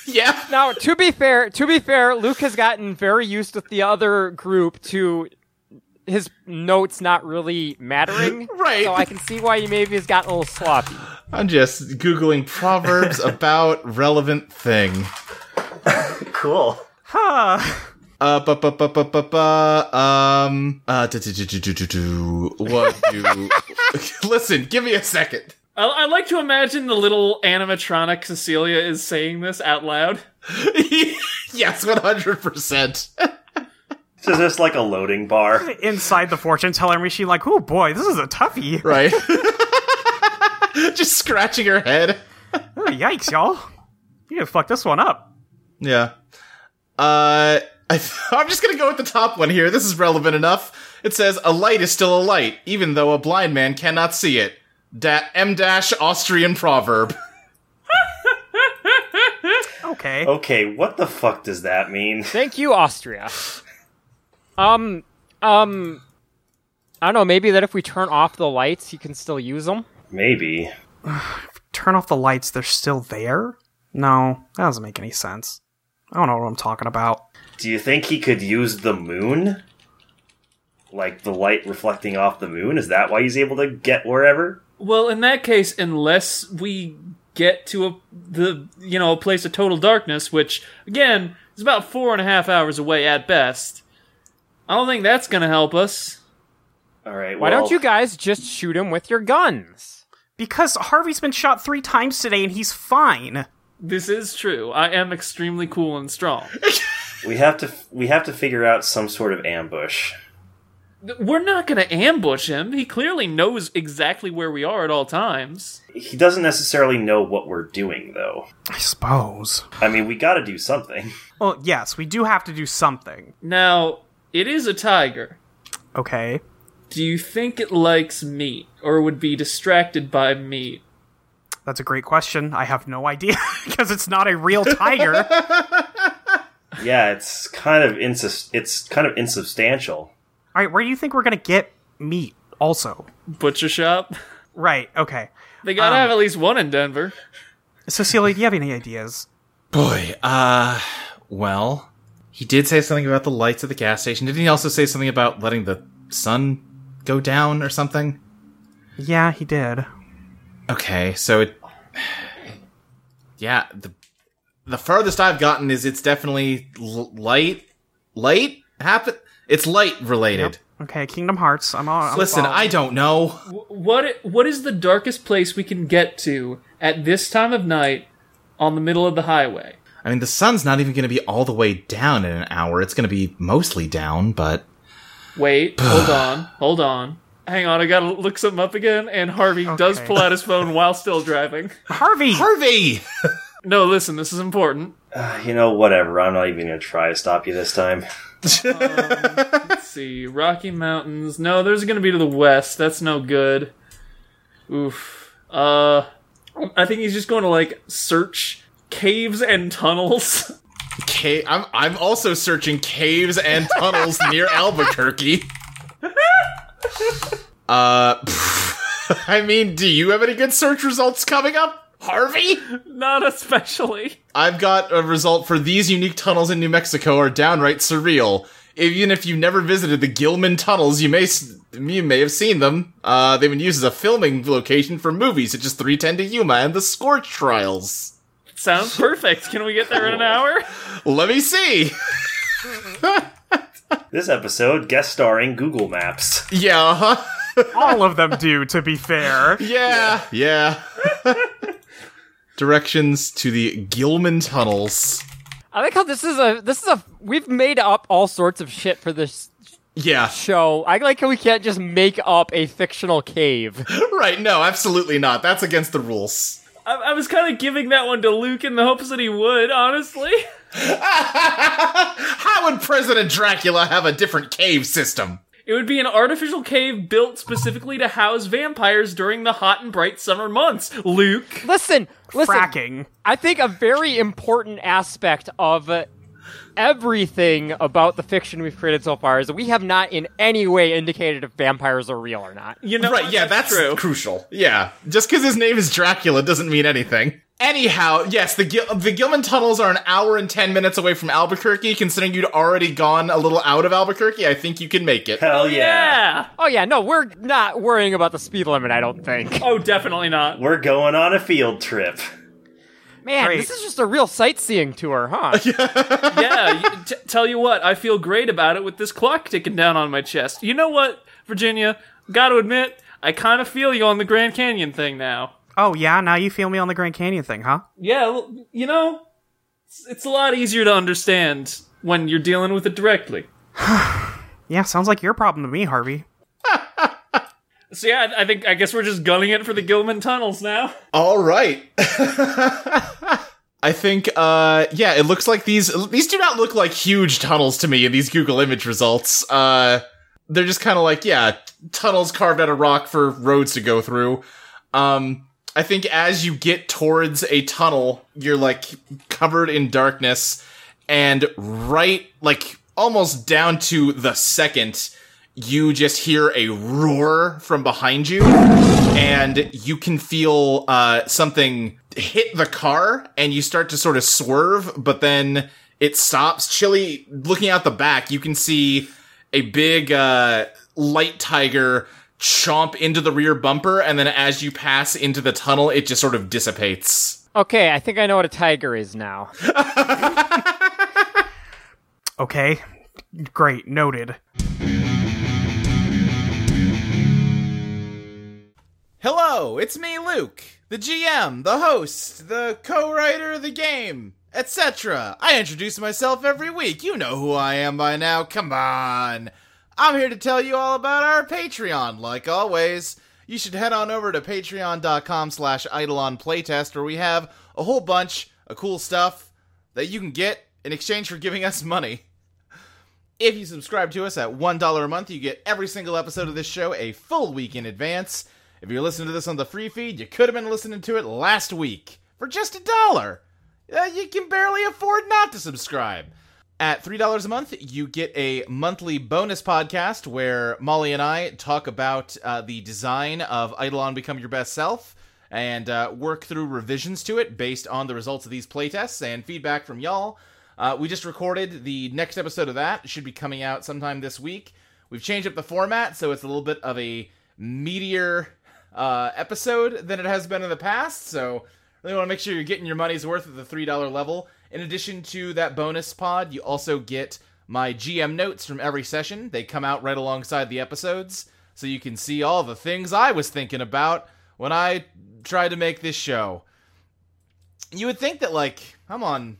S1: Yeah.
S4: Now, to be fair, to be fair, Luke has gotten very used with the other group to his notes not really mattering.
S1: Right.
S4: So I can see why he maybe has gotten a little sloppy.
S1: I'm just googling proverbs about relevant thing.
S5: cool.
S2: Huh.
S1: Uh, ba ba ba ba ba ba. Um. Uh. Do, do, do, do, do, do, do. What do? Listen, give me a second.
S3: I, I like to imagine the little animatronic Cecilia is saying this out loud.
S1: yes, one hundred percent.
S5: So is this like a loading bar?
S2: Inside the fortune teller machine, like, oh boy, this is a toughie.
S1: Right. just scratching her head.
S2: Oh, yikes, y'all. You gonna fuck this one up.
S1: Yeah. Uh. I, I'm just gonna go with the top one here. This is relevant enough. It says a light is still a light, even though a blind man cannot see it. Da- M dash Austrian proverb.
S2: Okay.
S5: Okay, what the fuck does that mean?
S4: Thank you, Austria. Um, um, I don't know. Maybe that if we turn off the lights, he can still use them.
S5: Maybe.
S2: Turn off the lights, they're still there? No, that doesn't make any sense. I don't know what I'm talking about.
S5: Do you think he could use the moon? Like the light reflecting off the moon? Is that why he's able to get wherever?
S3: Well, in that case, unless we get to a the you know a place of total darkness, which again is about four and a half hours away at best, I don't think that's going to help us.
S5: All right.
S4: Why
S5: well,
S4: don't you guys just shoot him with your guns?
S2: Because Harvey's been shot three times today and he's fine.
S3: This is true. I am extremely cool and strong.
S5: We have to. We have to figure out some sort of ambush.
S3: We're not going to ambush him. He clearly knows exactly where we are at all times.
S5: He doesn't necessarily know what we're doing, though.
S2: I suppose.
S5: I mean, we got to do something.
S2: Well, yes, we do have to do something.
S3: Now, it is a tiger.
S2: Okay.
S3: Do you think it likes meat or would be distracted by meat?
S2: That's a great question. I have no idea because it's not a real tiger.
S5: Yeah, it's kind of insus- It's kind of insubstantial.
S2: All right, where do you think we're gonna get meat? Also,
S3: Butcher shop?
S2: right? Okay,
S3: They got to have at least one in Denver.
S2: Cecilia, do you have any ideas?
S1: Boy, uh, well, he did say something about the lights at the gas station. Didn't he also say something about letting the sun go down or something?
S2: Yeah, he did.
S1: Okay, so it, yeah, the the furthest I've gotten is it's definitely l- light, light happen. It's light related.
S2: Okay, Kingdom Hearts. I'm all. I'm
S1: Listen,
S2: following.
S1: I don't know.
S3: What what is the darkest place we can get to at this time of night on the middle of the highway?
S1: I mean, the sun's not even going to be all the way down in an hour. It's going to be mostly down, but
S3: Wait, hold on, hold on. Hang on, I gotta look something up again. And Harvey does
S2: Okay.
S3: pull out his phone while still driving.
S2: Harvey.
S1: Harvey!
S3: No, listen, this is important.
S5: You know, whatever. I'm not even gonna try to stop you this time.
S3: Let's see, Rocky Mountains. No, there's gonna be to the west. That's no good. Oof. Uh, I think he's just going to like search caves and tunnels.
S1: Ca- I'm, I'm also searching caves and tunnels near Albuquerque. Uh, I mean, do you have any good search results coming up, Harvey?
S3: Not especially.
S1: I've got a result for these unique tunnels in New Mexico are downright surreal. Even if you never visited the Gilman tunnels, you may s- you may have seen them. Uh, they've been used as a filming location for movies such as 310 to Yuma and The Scorch Trials.
S3: Sounds perfect. Can we get there in an hour?
S1: Let me see.
S5: This episode guest starring Google Maps.
S1: Yeah. Uh-huh.
S2: All of them do, to be fair.
S1: Yeah. Yeah. Directions to the Gilman tunnels.
S4: I like how this is a this is a we've made up all sorts of shit for this
S1: Yeah.
S4: show. I like how we can't just make up a fictional cave.
S1: Right. No, absolutely not. That's against the rules.
S3: I, I was kind of giving that one to Luke in the hopes that he would, honestly.
S1: How would President Dracula have a different cave system?
S3: It would be an artificial cave built specifically to house vampires during the hot and bright summer months. Luke.
S4: Listen, listen.
S2: Fracking.
S4: I think a very important aspect of everything about the fiction we've created so far is that we have not in any way indicated if vampires are real or not.
S3: You know,
S1: Right,
S3: what?
S1: yeah, that's
S3: true.
S1: crucial. Yeah, just because his name is Dracula doesn't mean anything. Anyhow, yes, the Gil- the Gilman tunnels are an hour and ten minutes away from Albuquerque. Considering you'd already gone a little out of Albuquerque, I think you can make it.
S5: Hell yeah.
S3: Yeah.
S4: Oh yeah, no, we're not worrying about the speed limit, I don't think.
S3: Oh, definitely not.
S5: We're going on a field trip.
S4: Man,
S2: Great.
S4: this is just a real sightseeing tour, huh?
S3: yeah, you, t- tell you what, I feel great about it with this clock ticking down on my chest. You know what, Virginia? Got to admit, I kind of feel you on the Grand Canyon thing now.
S2: Oh yeah, now you feel me on the Grand Canyon thing, huh?
S3: Yeah, l- you know, it's, it's a lot easier to understand when you're dealing with it directly.
S2: Yeah, sounds like your problem to me, Harvey.
S3: So yeah, I, I think I guess we're just gunning it for the Gilman tunnels now.
S1: All right. I think, uh, yeah, it looks like these these do not look like huge tunnels to me in these Google image results. Uh, they're just kind of like, yeah, tunnels carved out of rock for roads to go through. Um, I think as you get towards a tunnel, you're like covered in darkness, and right, like almost down to the second, you just hear a roar from behind you and you can feel uh, something hit the car and you start to sort of swerve but then it stops chilly looking out the back you can see a big uh, light tiger chomp into the rear bumper and then as you pass into the tunnel it just sort of dissipates
S4: Okay, I think I know what a tiger is now.
S2: Okay. Great, noted.
S1: hello it's me luke the gm the host the co-writer of the game etc i introduce myself every week you know who i am by now come on I'm here to tell you all about our Patreon. Like always, you should head on over to patreon.com slash idleonplaytest where we have a whole bunch of cool stuff that you can get in exchange for giving us money. If you subscribe to us at $1 a month, you get every single episode of this show a full week in advance. If you're listening to this on the free feed, you could have been listening to it last week for just a dollar. Uh, you can barely afford not to subscribe. At $3 a month, you get a monthly bonus podcast where Molly and I talk about uh, the design of Eidolon Become Your Best Self and uh, work through revisions to it based on the results of these playtests and feedback from y'all. Uh, we just recorded the next episode of that. It should be coming out sometime this week. We've changed up the format, so it's a little bit of a meatier uh, episode than it has been in the past. So really want to make sure you're getting your money's worth at the three dollar level. In addition to that bonus pod, you also get my GM notes from every session. They come out right alongside the episodes, so you can see all the things I was thinking about when I tried to make this show. You would think that like I'm on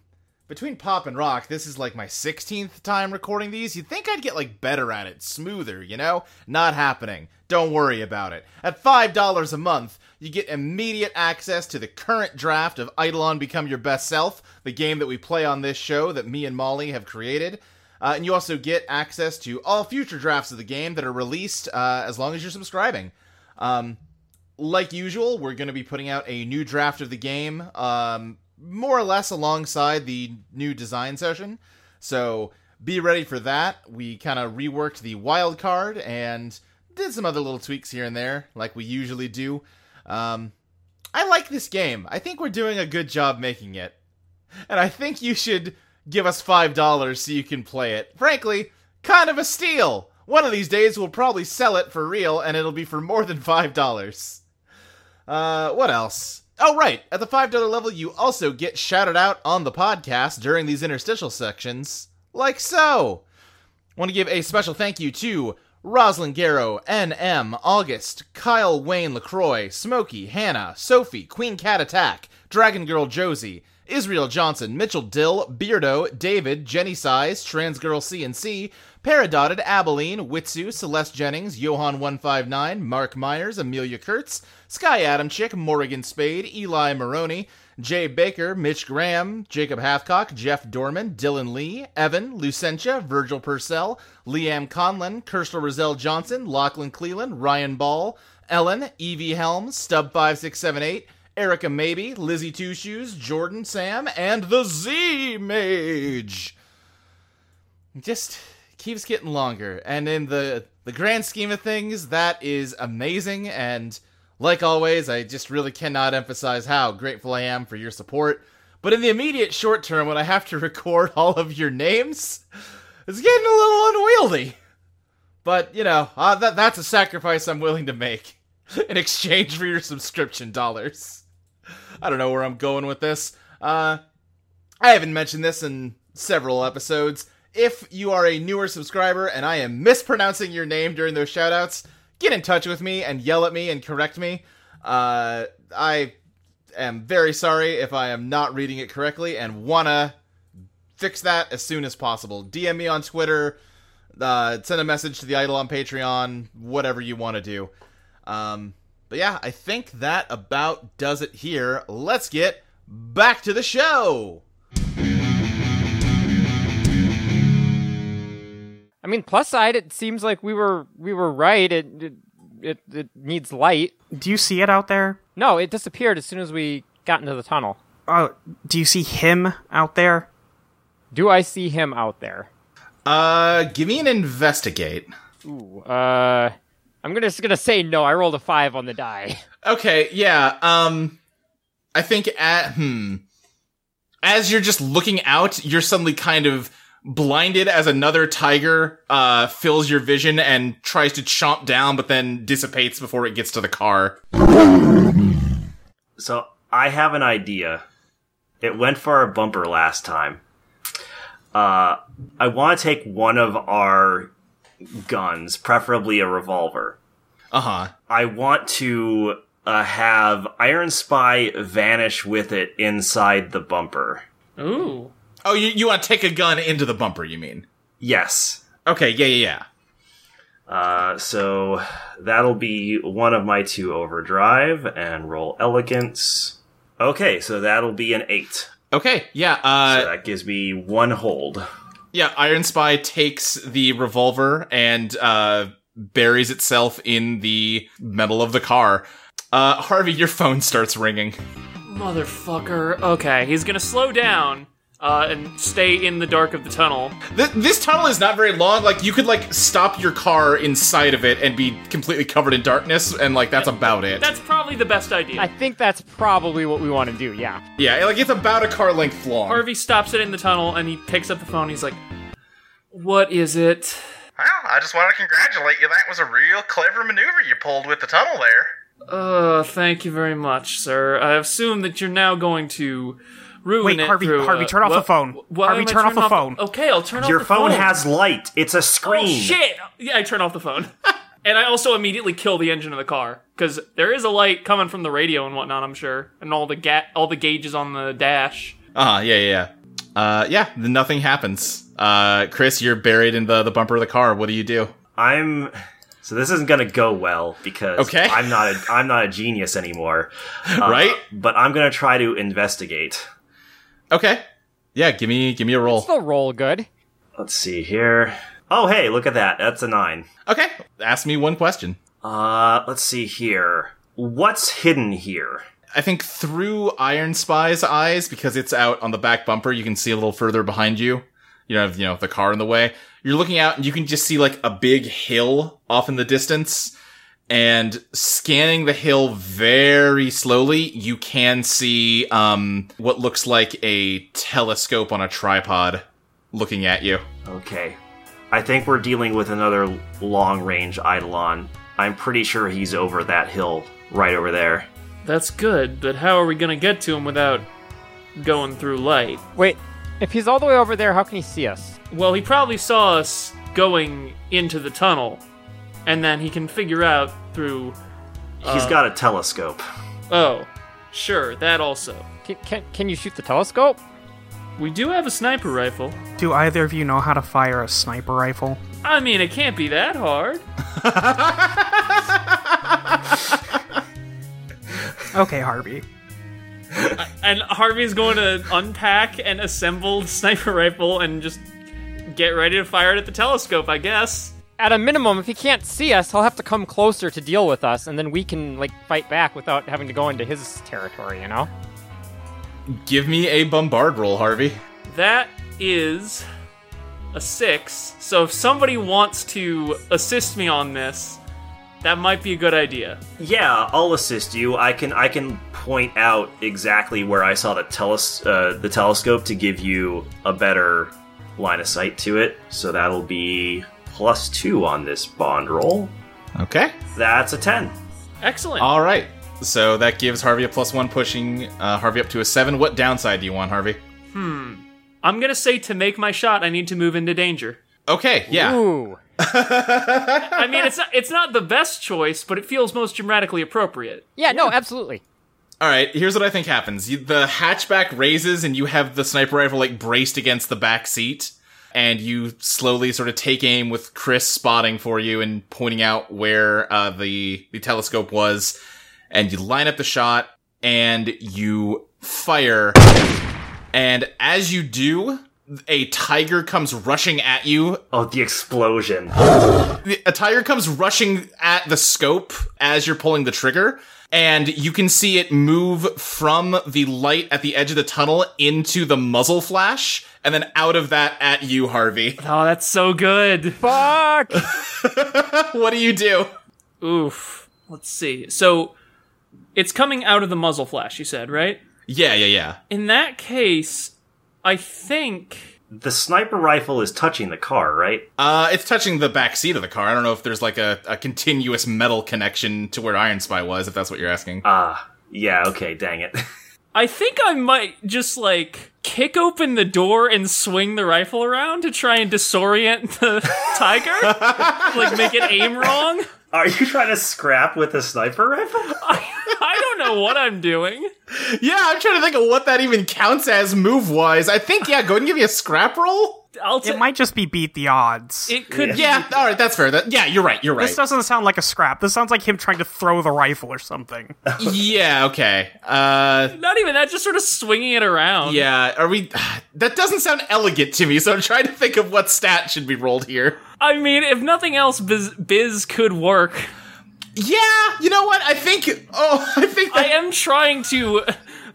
S1: between pop and rock, this is like my 16th time recording these. You'd think I'd get like better at it, smoother, you know? Not happening. Don't worry about it. At $5 a month, you get immediate access to the current draft of Eidolon Become Your Best Self, the game that we play on this show that me and Molly have created. Uh, and you also get access to all future drafts of the game that are released uh, as long as you're subscribing. Um, like usual, we're going to be putting out a new draft of the game, um, more or less alongside the new design session. So be ready for that. We kind of reworked the wild card and did some other little tweaks here and there, like we usually do. Um, I like this game. I think we're doing a good job making it. And I think you should give us $5 so you can play it. Frankly, kind of a steal. One of these days, we'll probably sell it for real, and it'll be for more than $5. Uh, what else? Oh, right. At the $5 level, you also get shouted out on the podcast during these interstitial sections, like so. Want to give a special thank you to Rosalind Garrow, NM, August, Kyle Wayne LaCroix, Smokey, Hannah, Sophie, Queen Cat Attack, Dragon Girl Josie, Israel Johnson, Mitchell Dill, Beardo, David, Jenny Size, Trans Girl CNC, Paradotted, Abilene, Witsu, Celeste Jennings, Johan159, Mark Myers, Amelia Kurtz, Sky Adam Chick, Morrigan Spade, Eli Maroney, Jay Baker, Mitch Graham, Jacob Hathcock, Jeff Dorman, Dylan Lee, Evan, Lucentia, Virgil Purcell, Liam Conlon, Kirstel Roselle Johnson, Lachlan Cleland, Ryan Ball, Ellen, Evie Helms, Stub5678, Erica Maybe, Lizzie Two Shoes, Jordan Sam, and the Z Mage. It Just keeps getting longer, and in the the grand scheme of things, that is amazing. And like always, I just really cannot emphasize how grateful I am for your support. But in the immediate short term, when I have to record all of your names, it's getting a little unwieldy. But you know, uh, that that's a sacrifice I'm willing to make in exchange for your subscription dollars. I don't know where I'm going with this. Uh, I haven't mentioned this in several episodes. If you are a newer subscriber and I am mispronouncing your name during those shoutouts, get in touch with me and yell at me and correct me. Uh, I am very sorry if I am not reading it correctly and wanna fix that as soon as possible. DM me on Twitter, uh, send a message to the idol on Patreon, whatever you want to do. Um, but yeah, I think that about does it here. Let's get back to the show.
S4: I mean, plus side, it seems like we were we were right. It it, it, it needs light.
S2: Do you see it out there?
S4: No, it disappeared as soon as we got into the tunnel.
S2: Oh, do you see him out there?
S4: Do I see him out there?
S1: Uh, give me an investigate.
S4: Ooh, uh, I'm gonna just gonna say no. I rolled a five on the die.
S1: Okay, yeah. Um, I think at hmm, as you're just looking out, you're suddenly kind of blinded as another tiger uh fills your vision and tries to chomp down, but then dissipates before it gets to the car.
S5: So I have an idea. It went for our bumper last time. Uh, I want to take one of our guns, preferably a revolver.
S1: Uh huh.
S5: I want to uh, have Iron Spy vanish with it inside the bumper.
S3: Ooh.
S1: Oh, you you want to take a gun into the bumper? You mean?
S5: Yes.
S1: Okay, yeah, yeah, yeah.
S5: Uh, so that'll be one of my two overdrive and roll elegance. Okay, so that'll be an eight.
S1: Okay, yeah. Uh,
S5: So that gives me one hold.
S1: Yeah, Iron Spy takes the revolver and uh, buries itself in the metal of the car. Uh, Harvey, your phone starts ringing.
S3: Motherfucker. Okay, he's gonna slow down uh, and stay in the dark of the tunnel.
S1: Th- this tunnel is not very long. Like you could like stop your car inside of it and be completely covered in darkness, and like that's about it.
S3: That's probably the best idea.
S4: I think that's probably what we want to do. Yeah.
S1: Yeah, like it's about a car length long.
S3: Harvey stops it in the tunnel and he picks up the phone. He's like, "What is it?"
S1: I just want to congratulate you. That was a real clever maneuver you pulled with the tunnel there.
S3: Uh, thank you very much, sir. I assume that you're now going to ruin
S2: Wait,
S3: it
S2: Harvey,
S3: through,
S2: Harvey,
S3: uh,
S2: turn off
S3: wha-
S2: the phone.
S3: wh- why
S2: Harvey,
S3: am I
S2: turn off the
S3: turning
S2: phone.
S3: okay, I'll turn off
S5: Your
S3: the phone.
S5: phone has light. It's a
S3: Oh
S5: screen.
S3: shit! Yeah, I turn off the phone, and I also immediately kill the engine of the car because there is a light coming from the radio and whatnot. I'm sure, and all the ga- all the gauges on the dash.
S1: Uh huh. Yeah, yeah. yeah. Uh, yeah, nothing happens. Uh, Chris, you're buried in the, the bumper of the car. What do you do?
S5: I'm so this isn't gonna go well because
S1: Okay.
S5: I'm not a, I'm not a genius anymore, Uh,
S1: Right?
S5: But I'm gonna try to investigate.
S1: Okay. Yeah, give me give me a roll.
S4: Still roll good.
S5: Let's see here. Oh hey, look at that. That's a nine.
S1: Okay. Ask me one question.
S5: Uh, let's see here. What's hidden here?
S1: I think through Iron Spy's eyes, because it's out on the back bumper, you can see a little further behind you. You know, you know, the car in the way. You're looking out and you can just see like a big hill off in the distance. And scanning the hill very slowly, you can see um what looks like a telescope on a tripod looking at you.
S5: Okay, I think we're dealing with another long range Eidolon. I'm pretty sure he's over that hill right over there.
S3: That's good, but how are we gonna get to him without going through light?
S4: Wait, if he's all the way over there, how can he see us?
S3: Well, he probably saw us going into the tunnel, and then he can figure out through.
S5: He's got a telescope.
S3: Oh, sure, that also.
S4: Can, can, can you shoot the telescope?
S3: We do have a sniper rifle.
S2: Do either of you know how to fire a sniper rifle?
S3: I mean, it can't be that hard.
S2: Okay, Harvey.
S3: And Harvey's going to unpack an assembled sniper rifle and just get ready to fire it at the telescope, I guess.
S4: At a minimum, if he can't see us, he'll have to come closer to deal with us, and then we can like fight back without having to go into his territory. You know?
S1: Give me a bombard roll, Harvey.
S3: That is a six. So if somebody wants to assist me on this, that might be a good idea.
S5: Yeah, I'll assist you. I can I can point out exactly where I saw the teles uh, the telescope to give you a better line of sight to it. So that'll be plus two on this bond roll.
S1: Okay.
S5: That's a ten.
S3: Excellent.
S1: All right. So that gives Harvey a plus one, pushing uh, Harvey up to a seven. What downside do you want, Harvey?
S3: I'm gonna say to make my shot, I need to move into danger.
S1: Okay, yeah.
S4: Ooh.
S3: I mean, it's not, it's not the best choice, but it feels most dramatically appropriate.
S4: Yeah. No. Absolutely.
S1: All right, here's what I think happens. You, the hatchback raises, and you have the sniper rifle like braced against the back seat, and you slowly sort of take aim with Chris spotting for you and pointing out where uh, the the telescope was, and you line up the shot and you fire. And as you do, a tiger comes rushing at you
S5: Oh, the explosion!
S1: a tiger comes rushing at the scope as you're pulling the trigger and you can see it move from the light at the edge of the tunnel into the muzzle flash and then out of that at you harvey
S3: Oh, that's so good.
S4: Fuck.
S1: what do you do
S3: Oof. Let's see. So, it's coming out of the muzzle flash. You said right.
S1: yeah yeah yeah
S3: In that case, I think
S5: The sniper rifle is touching the car, right?
S1: uh, it's touching the back seat of the car i don't know if there's like a, a continuous metal connection to where iron spy was if that's what you're asking
S5: Ah, yeah. Okay, dang it.
S3: I think I might just like kick open the door and swing the rifle around to try and disorient the tiger, like make it aim wrong.
S5: Are you trying to scrap with a sniper rifle?
S3: I don't know what I'm doing.
S1: yeah i'm trying to think of what that even counts as move wise i think yeah go ahead and give me a scrap roll
S3: I'll t-
S2: It might just be beat the odds.
S3: It could be
S1: yeah all right that's fair that, yeah you're right you're right
S2: this doesn't sound like a scrap. This sounds like him trying to throw the rifle or something.
S1: yeah okay uh
S3: Not even that, just sort of swinging it around.
S1: Yeah, are we? That doesn't sound elegant to me. So I'm trying to think of what stat should be rolled here.
S3: I mean, if nothing else, biz, biz could work.
S1: Yeah, you know what? I think. Oh, I think.
S3: I
S1: That,
S3: am trying to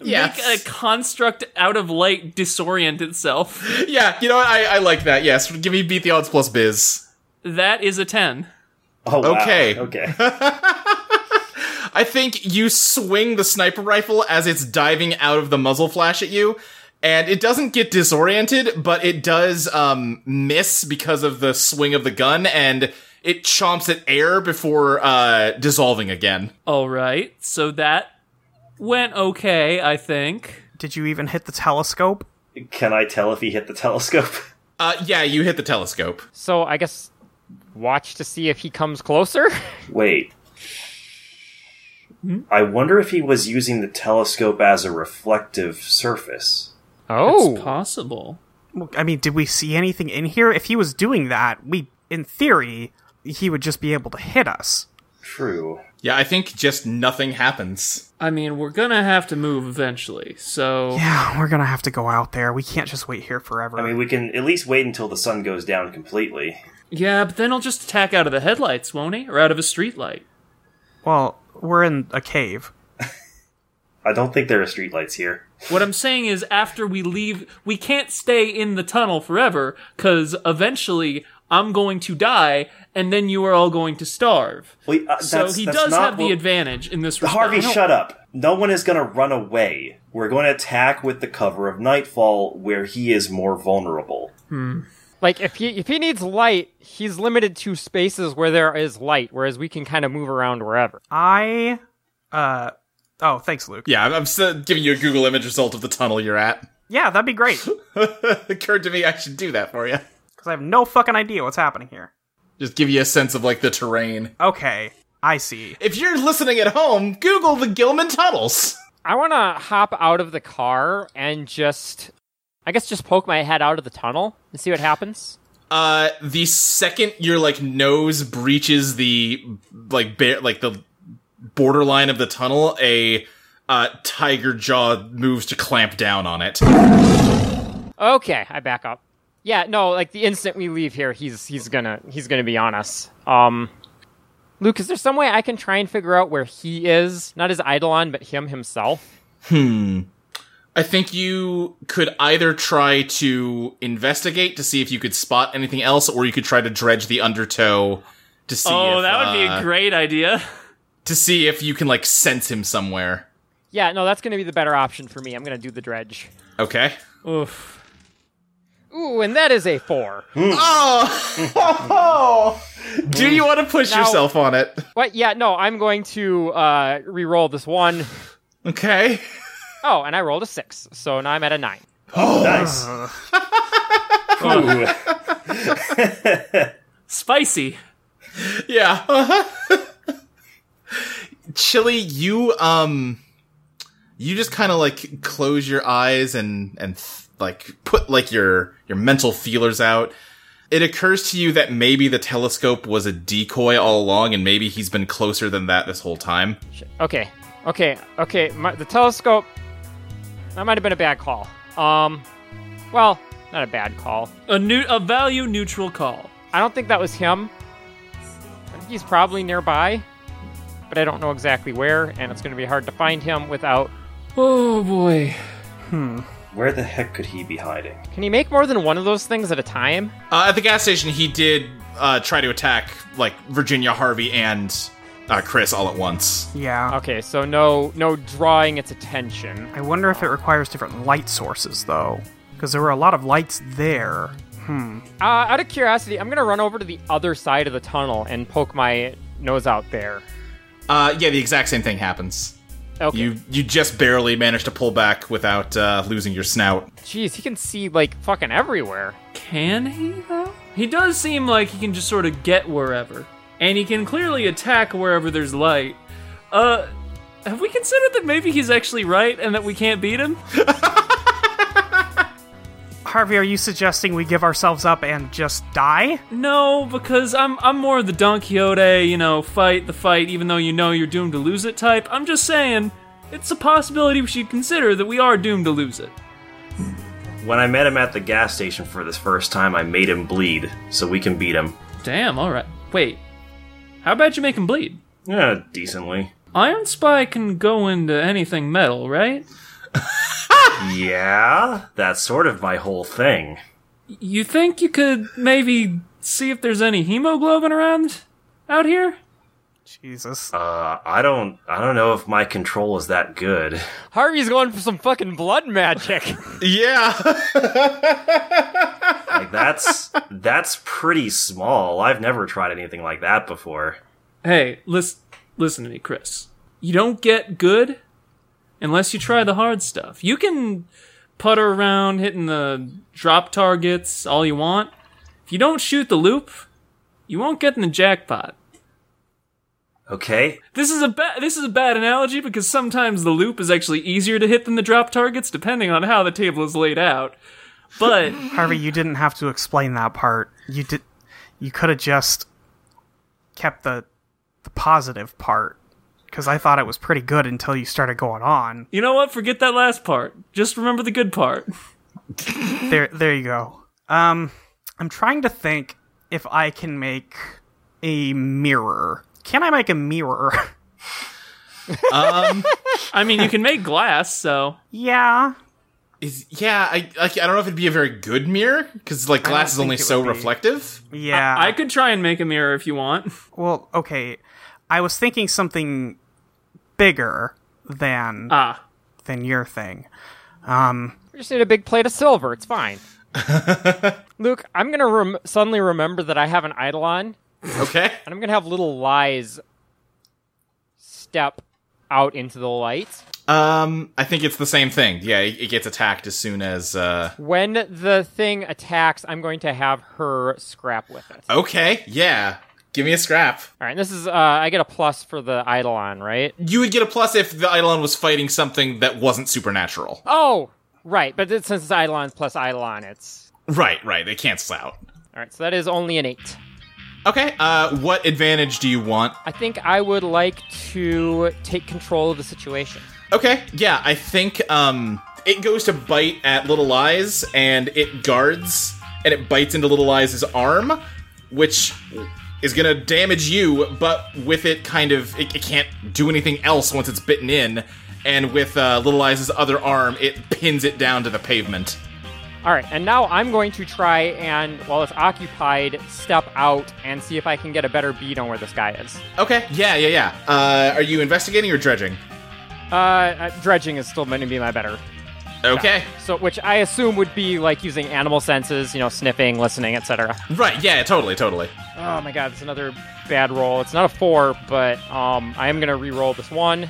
S3: make
S1: Yes.
S3: a construct out of light disorient itself.
S1: yeah, you know what? I, I like that. Yes, give me beat the odds plus biz.
S3: That is a 10.
S5: Oh, wow.
S1: Okay.
S5: Okay.
S1: I think you swing the sniper rifle as it's diving out of the muzzle flash at you, and it doesn't get disoriented, but it does um, miss because of the swing of the gun, and it chomps at air before uh, dissolving again.
S3: All right, so that went okay, I think.
S2: Did you even hit the telescope?
S5: Can I tell if he hit the telescope?
S1: Uh, yeah, you hit the telescope.
S4: So I guess watch to see if he comes closer.
S5: Wait.
S3: Hmm?
S5: I wonder if he was using the telescope as a reflective surface.
S3: It's
S4: Oh,
S3: possible.
S2: Well, I mean, did we see anything in here? If he was doing that, we, in theory, he would just be able to hit us.
S5: True.
S1: Yeah, I think just nothing happens.
S3: I mean, we're gonna have to move eventually, so
S2: Yeah, we're gonna have to go out there. We can't just wait here forever.
S5: I mean, we can at least wait until the sun goes down completely.
S3: yeah. But then he'll just attack out of the headlights, won't he, or out of a street light?
S2: well, we're in a cave.
S5: I don't think there are streetlights here.
S3: What I'm saying is, after we leave, we can't stay in the tunnel forever because eventually I'm going to die, and then you are all going to starve.
S5: We, uh,
S3: So
S5: that's-
S3: he
S5: that's
S3: does
S5: not
S3: have the
S5: what-
S3: advantage in this respect.
S5: Harvey,
S3: I don't-
S5: shut up. No one is going to run away. We're going to attack with the cover of Nightfall, where he is more vulnerable.
S4: like if he if he needs light, he's limited to spaces where there is light, whereas we can kind of move around wherever.
S2: I, uh, oh, thanks, Luke.
S1: Yeah, I'm, I'm still giving you a Google image result of the tunnel you're at.
S2: Yeah, that'd be great because
S1: Occurred to me I should do that for you.
S2: I have no fucking idea what's happening here.
S1: Just give you a sense of like the terrain.
S2: Okay, I see.
S1: If you're listening at home, Google the Gilman tunnels.
S4: I want to hop out of the car and just, I guess, just poke my head out of the tunnel and see what happens.
S1: Uh, the second your like nose breaches the like ba- like the borderline of the tunnel, a uh, tiger jaw moves to clamp down on it.
S4: Okay, I back up. Yeah, no, like the instant we leave here, he's he's gonna he's gonna be on us. Um, Luke, is there some way I can try and figure out where he is? Not his eidolon, but him himself.
S1: I think you could either try to investigate to see if you could spot anything else, or you could try to dredge the undertow to see.
S3: Oh,
S1: if,
S3: that would be
S1: uh,
S3: a great idea.
S1: to see if you can like sense him somewhere.
S4: Yeah, no, that's gonna be the better option for me. I'm gonna do the dredge.
S1: Okay.
S3: Oof.
S4: Ooh, and that is a four.
S1: Oh, do you want to push
S4: Now-
S1: yourself on it?
S4: but yeah, no, I'm going to uh, re-roll this one.
S1: Okay.
S4: Oh, and I rolled a six, so now I'm at a nine.
S5: Nice.
S3: Uh.
S5: Ooh.
S3: Spicy.
S1: Yeah. Chili, you um you just kind of like close your eyes and and th- like put like your your mental feelers out. It occurs to you that maybe the telescope was a decoy all along and maybe he's been closer than that this whole time.
S4: Okay, okay, okay. My, the telescope. That might have been a bad call. Um, well, not a bad call.
S3: A new a value neutral call.
S4: I don't think that was him. I think he's probably nearby, but I don't know exactly where, and it's going to be hard to find him without.
S3: Oh boy.
S5: Where the heck could he be hiding?
S4: Can he make more than one of those things at a time?
S1: Uh, at the gas station he did uh try to attack like Virginia Harvey and uh Chris all at once.
S2: Yeah.
S4: Okay, so no, no drawing its attention.
S2: I wonder if it requires different light sources though, because there were a lot of lights there.
S4: Uh, out of curiosity, I'm going to run over to the other side of the tunnel and poke my nose out there.
S1: Uh yeah, the exact same thing happens.
S4: Okay.
S1: You you just barely managed to pull back without uh, losing your snout.
S4: Jeez, he can see like fucking everywhere.
S3: Can he though? He does seem like he can just sort of get wherever. And he can clearly attack wherever there's light. Uh have we considered that maybe he's actually right and that we can't beat him?
S2: Harvey, are you suggesting we give ourselves up and just die?
S3: No, because I'm I'm more of the Don Quixote, you know, fight the fight even though you know you're doomed to lose it type. I'm just saying it's a possibility we should consider that we are doomed to lose it.
S5: When I met him at the gas station for this first time, I made him bleed, so we can beat him.
S3: Damn, all right. Wait. How about you make him bleed?
S5: Yeah, decently.
S3: Iron Spy can go into anything metal, right?
S5: Yeah, that's sort of my whole thing.
S3: You think you could maybe see if there's any hemoglobin around out here?
S2: Jesus.
S5: Uh, I don't, I don't know if my control is that good.
S4: Harvey's going for some fucking blood magic.
S1: Yeah.
S5: Like that's that's pretty small. I've never tried anything like that before.
S3: Hey, listen, listen to me, Chris. You don't get good unless you try the hard stuff. You can putter around hitting the drop targets all you want. If you don't shoot the loop, you won't get in the jackpot.
S5: Okay.
S3: This is a ba- this is a bad analogy because sometimes the loop is actually easier to hit than the drop targets, depending on how the table is laid out. But
S2: Harvey, you didn't have to explain that part. You did. You could have just kept the the positive part because I thought it was pretty good until you started going on.
S3: you know what? Forget that last part. Just remember the good part.
S2: There, there you go. Um, I'm trying to think if I can make a mirror. Can I make a mirror?
S3: I mean, you can make glass, so
S2: yeah.
S1: Is yeah, I like I don't know if it'd be a very good mirror because like glass is
S2: think
S1: only
S2: it
S1: so
S2: would be.
S1: reflective.
S2: Yeah.
S3: I could try and make a mirror if you want.
S2: well, okay. I was thinking something bigger than
S3: Ah,
S2: than your thing.
S4: We just need a big plate of silver. It's fine. Luke, I'm gonna rem- suddenly remember that I have an eidolon,
S1: Okay,
S4: and I'm gonna have little lies step out into the light.
S1: um, I think it's the same thing. Yeah, it, it gets attacked as soon as. uh
S4: When the thing attacks, I'm going to have her scrap with
S1: Uh
S4: it.
S1: Okay, yeah, give me a scrap.
S4: All right, this is uh, I get a plus for the eidolon, right?
S1: You would get a plus if the Eidolon was fighting something that wasn't supernatural.
S4: Oh, right, but it, since it's eidolon plus eidolon, it's
S1: Right, right. They cancel out.
S4: all right. So that is only an eight.
S1: Okay. Uh, what advantage do you want?
S4: I think I would like to take control of the situation.
S1: Okay. Yeah, I think um, it goes to bite at Little Eyes, and it guards, and it bites into Little Eyes' arm, which is gonna damage you. But with it, kind of, it, it can't do anything else once it's bitten in. And with uh, Little Eyes' other arm, it pins it down to the pavement.
S4: All right, and now I'm going to try and, while it's occupied, step out and see if I can get a better beat on where this guy is.
S1: Okay. Yeah, yeah, yeah. Uh, are you investigating or dredging?
S4: Uh, Uh, dredging is still going to be my better.
S1: Okay.
S4: So, which I assume would be like using animal senses, you know, sniffing, listening, etc.
S1: Right. Yeah. Totally. Totally.
S4: Oh my god, it's another bad roll. It's not a four, but um, I am gonna re-roll this one,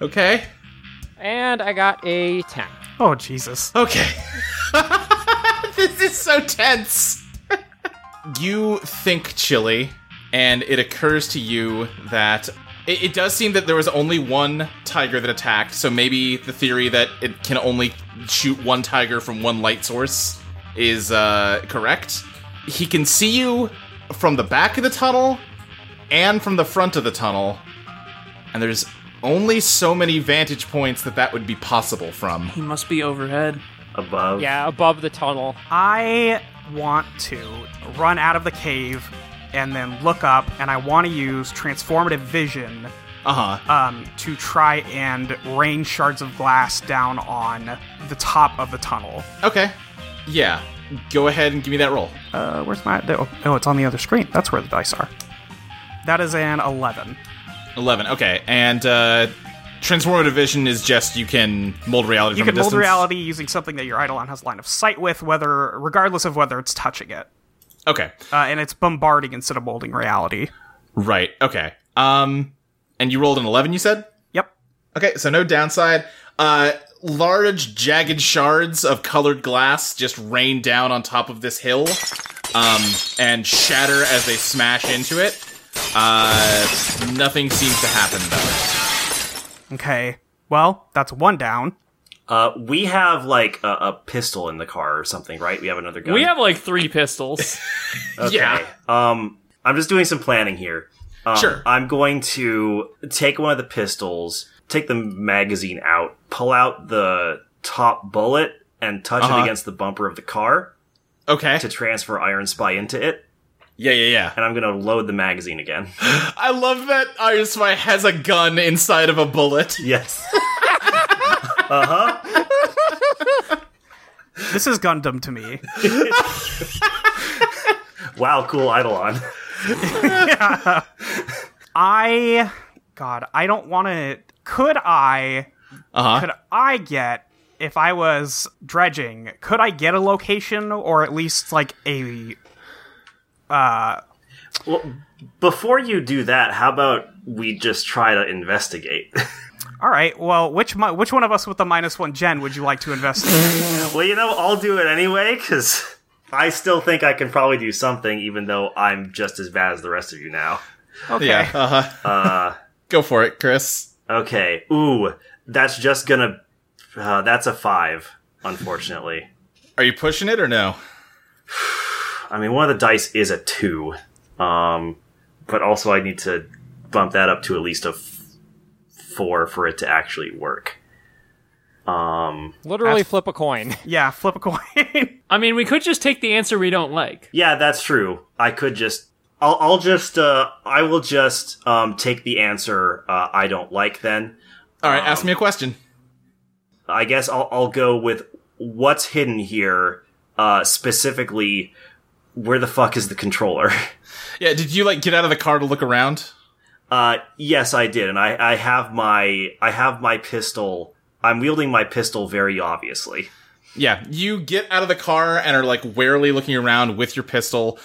S1: Okay.
S4: and I got a ten.
S2: Oh Jesus.
S1: Okay. this is so tense. you think chilly, and it occurs to you that it, it does seem that there was only one tiger that attacked. So maybe the theory that it can only shoot one tiger from one light source is uh, correct. He can see you from the back of the tunnel and from the front of the tunnel, and there's only so many vantage points that that would be possible from.
S3: he must be overhead.
S5: Above.
S4: Yeah, above the tunnel.
S2: I want to run out of the cave and then look up, and I want to use transformative vision
S1: Uh huh.
S2: um, to try and rain shards of glass down on the top of the tunnel.
S1: Okay. Yeah. Go ahead and give me that roll.
S2: Uh, where's my? Oh, no, it's on the other screen. That's where the dice are. That is an eleven.
S1: 11. Okay. And uh, transformative vision is just you can mold reality
S2: You
S1: from a
S2: can
S1: distance.
S2: mold reality using something that your eidolon has line of sight with, whether regardless of whether it's touching it,
S1: Okay.
S2: uh, and it's bombarding instead of molding reality.
S1: Right. Okay. Um and you rolled an 11 you said?
S2: Yep.
S1: Okay, so no downside. Uh large jagged shards of colored glass just rain down on top of this hill um and shatter as they smash into it. Uh nothing seems to happen though.
S2: Okay. Well, that's one down.
S5: Uh, we have like a, a pistol in the car or something, right? We have another gun.
S3: We have like three pistols.
S5: Okay.
S1: Yeah.
S5: Um, I'm just doing some planning here. Um,
S1: Sure.
S5: I'm going to take one of the pistols, take the magazine out, pull out the top bullet, and touch
S1: Uh-huh.
S5: it against the bumper of the car
S1: Okay.
S5: to transfer Iron Spy into it.
S1: Yeah, yeah, yeah.
S5: And I'm going to load the magazine again.
S1: I love that Iron Spy has a gun inside of a bullet.
S5: yes.
S2: This is Gundam to me.
S5: Wow, cool Eidolon.
S2: I, God, I don't want to. Could I?
S1: Uh-huh.
S2: Could I get if I was dredging? Could I get a location or at least like a?
S5: well, before you do that, how about we just try to investigate?
S2: All right. Well, which mi- which one of us with the minus one gen would you like to investigate?
S5: well, you know, I'll do it anyway, because I still think I can probably do something, even though I'm just as bad as the rest of you now.
S2: Okay.
S1: Yeah. Uh-huh.
S5: Uh,
S1: Go for it, Chris.
S5: okay. Ooh, that's just gonna. Uh, that's a five, unfortunately.
S1: Are you pushing it or no?
S5: I mean, one of the dice is a two, um, but also I need to bump that up to at least a f- four for it to actually work. Um,
S4: Literally flip a coin.
S2: Yeah, flip a coin.
S3: I mean, we could just take the answer we don't like.
S5: yeah, that's true. I could just, I'll, I'll just, uh, I will just um, take the answer uh, I don't like. Then
S1: All right, ask me a question.
S5: I guess I'll, I'll go with what's hidden here. Uh, specifically, where the fuck is the controller?
S1: Yeah, did you like get out of the car to look around?
S5: Uh, yes, I did, and I, I have my I have my pistol. I'm wielding my pistol very obviously.
S1: Yeah, you get out of the car and are like warily looking around with your pistol.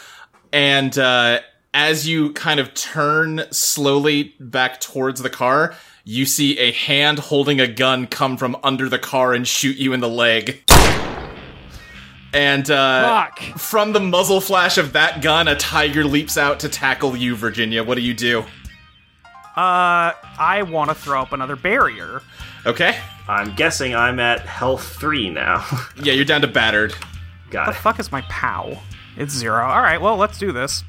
S1: And uh, as you kind of turn slowly back towards the car, you see a hand holding a gun come from under the car and shoot you in the leg. And uh,
S4: Fuck.
S1: from the muzzle flash of that gun, a tiger leaps out to tackle you, Virginia. What do you do?
S2: Uh, I want to throw up another barrier.
S1: Okay.
S5: I'm guessing I'm at health three now.
S1: Yeah, you're down to battered.
S5: got
S2: The
S5: it.
S2: fuck is my POW? It's zero. All right, well, let's do this.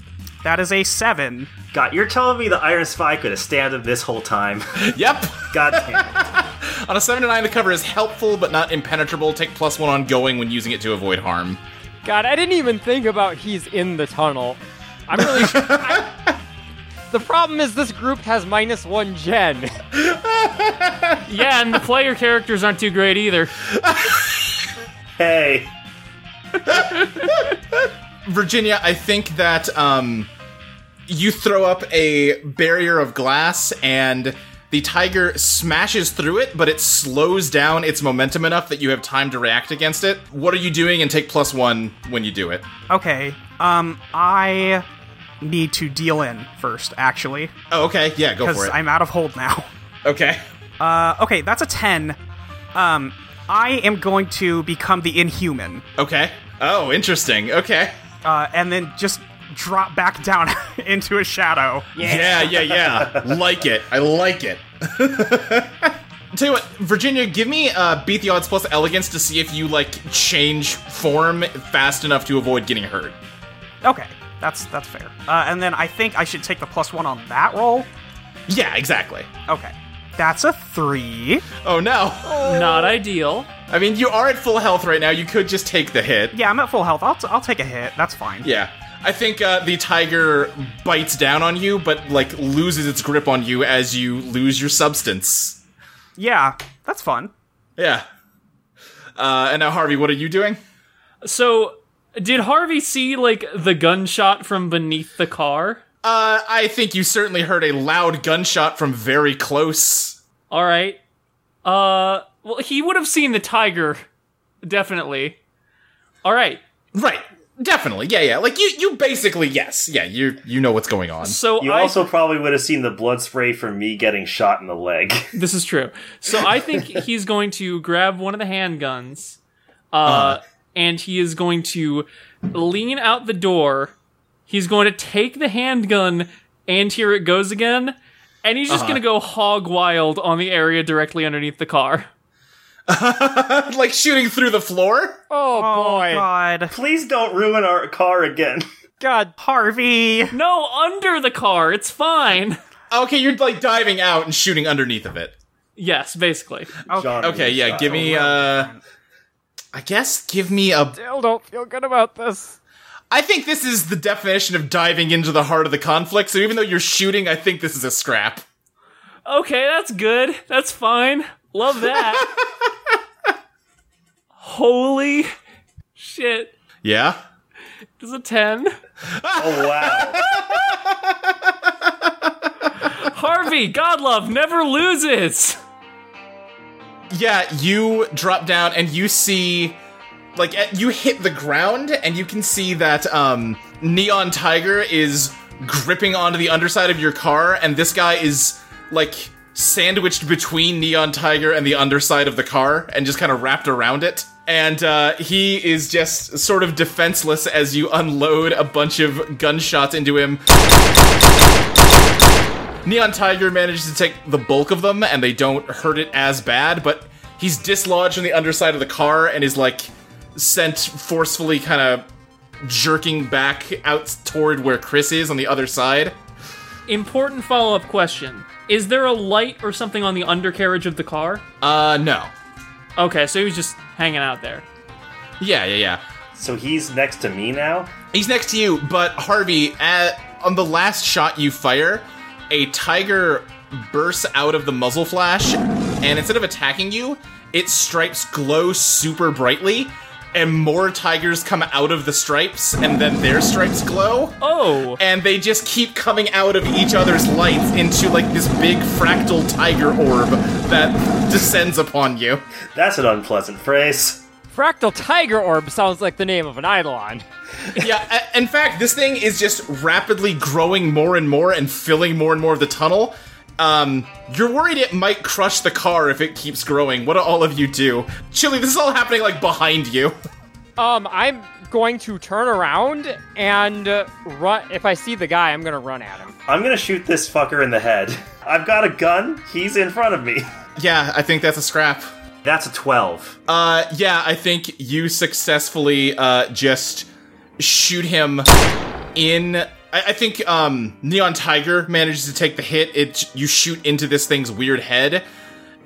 S2: That is a seven.
S5: God, you're telling me the Iron Spy could have stand him this whole time.
S1: Yep.
S5: God damn. it.
S1: On a 7 to 9, the cover is helpful but not impenetrable. Take plus 1 on going when using it to avoid harm.
S4: God, I didn't even think about he's in the tunnel. I'm really. I- the problem is this group has minus one gen.
S3: Yeah, and the player characters aren't too great either.
S5: Hey,
S1: Virginia, I think that um, you throw up a barrier of glass and the tiger smashes through it, but it slows down its momentum enough that you have time to react against it. What are you doing? And take plus one when you do it.
S2: Okay. Um, I need to deal in first, actually,
S1: Oh, okay. Yeah, go for
S2: because
S1: it.
S2: I'm out of hold now.
S1: okay.
S2: Uh, okay, that's a ten. Um, I am going to become the Inhuman,
S1: Okay. Oh, interesting. Okay.
S2: uh, and then just drop back down into a shadow.
S1: Yeah, yeah, yeah. like it. I like it. Tell you what, Virginia, give me uh, beat the odds plus elegance to see if you like change form fast enough to avoid getting hurt.
S2: Okay, that's that's fair. Uh, and then I think I should take the plus one on that roll.
S1: Yeah, exactly.
S2: Okay, that's a three.
S1: Oh no.
S3: Not ideal.
S1: I mean, you are at full health right now. You could just take the hit.
S2: Yeah, I'm at full health. I'll, t- I'll take a hit. That's fine.
S1: Yeah. I think uh, the tiger bites down on you, but like loses its grip on you as you lose your substance.
S2: Yeah, that's fun.
S1: Yeah. Uh, and now, Harvey, what are you doing?
S3: So, did Harvey see like the gunshot from beneath the car?
S1: Uh, I think you certainly heard a loud gunshot from very close.
S3: All right. Uh, well, he would have seen the tiger, definitely. All right.
S1: Right. Definitely. Yeah, yeah. Like you you basically yes. Yeah, you you know what's going on.
S3: So
S5: you
S3: I,
S5: also probably would have seen the blood spray from me getting shot in the leg.
S3: this is true. So I think he's going to grab one of the handguns, uh, and he is going to lean out the door. He's going to take the handgun, and here it goes again. And he's just going to go hog wild on the area directly underneath the car.
S1: like shooting through the floor?
S4: Oh, boy.
S2: Oh God,
S5: Please don't ruin our car again.
S4: God.
S2: Harvey.
S3: No, under the car. It's fine.
S1: Okay, you're like diving out and shooting underneath of it.
S3: Yes, basically.
S5: John
S1: Okay, yeah, give me uh I guess give me a
S4: Still don't feel good about this.
S1: I think this is the definition of diving into the heart of the conflict. So even though you're shooting, I think this is a scrap.
S3: Okay, that's good. That's fine. Love that. Holy shit.
S1: Yeah.
S3: This is a 10.
S5: Oh wow.
S3: Harvey, God love never loses.
S1: Yeah, you drop down and you see, like, eh, you hit the ground and you can see that um, Neon Tiger is gripping onto the underside of your car, and this guy is, like, sandwiched between Neon Tiger and the underside of the car and just kind of wrapped around it. And uh, he is just sort of defenseless as you unload a bunch of gunshots into him. Neon Tiger manages to take the bulk of them, and they don't hurt it as bad. But he's dislodged on the underside of the car and is like sent forcefully, kind of jerking back out toward where Chris is on the other side.
S3: Important follow up question Is there a light or something on the undercarriage of the car?
S1: Uh, no.
S3: Okay, so he was just hanging out there.
S1: Yeah, yeah, yeah.
S5: So he's next to me now?
S1: He's next to you, but Harvey, at, on the last shot you fire, a tiger bursts out of the muzzle flash, and instead of attacking you, its stripes glow super brightly, and more tigers come out of the stripes, and then their stripes glow.
S3: Oh!
S1: And they just keep coming out of each other's lights into like this big fractal tiger orb that descends upon you.
S5: That's an unpleasant phrase.
S4: Fractal Tiger Orb sounds like the name of an Eidolon.
S1: yeah, a- in fact, this thing is just rapidly growing more and more and filling more and more of the tunnel. Um, you're worried it might crush the car if it keeps growing. What do all of you do? Chili, this is all happening like behind you.
S4: Um, I'm going to turn around and uh, run. If I see the guy, I'm gonna run at him.
S5: I'm gonna shoot this fucker in the head. I've got a gun, he's in front of me.
S1: Yeah, I think that's a scrap.
S5: That's a 12.
S1: Uh, yeah, I think you successfully uh, just shoot him in. I, I think um, Neon Tiger manages to take the hit. It you shoot into this thing's weird head,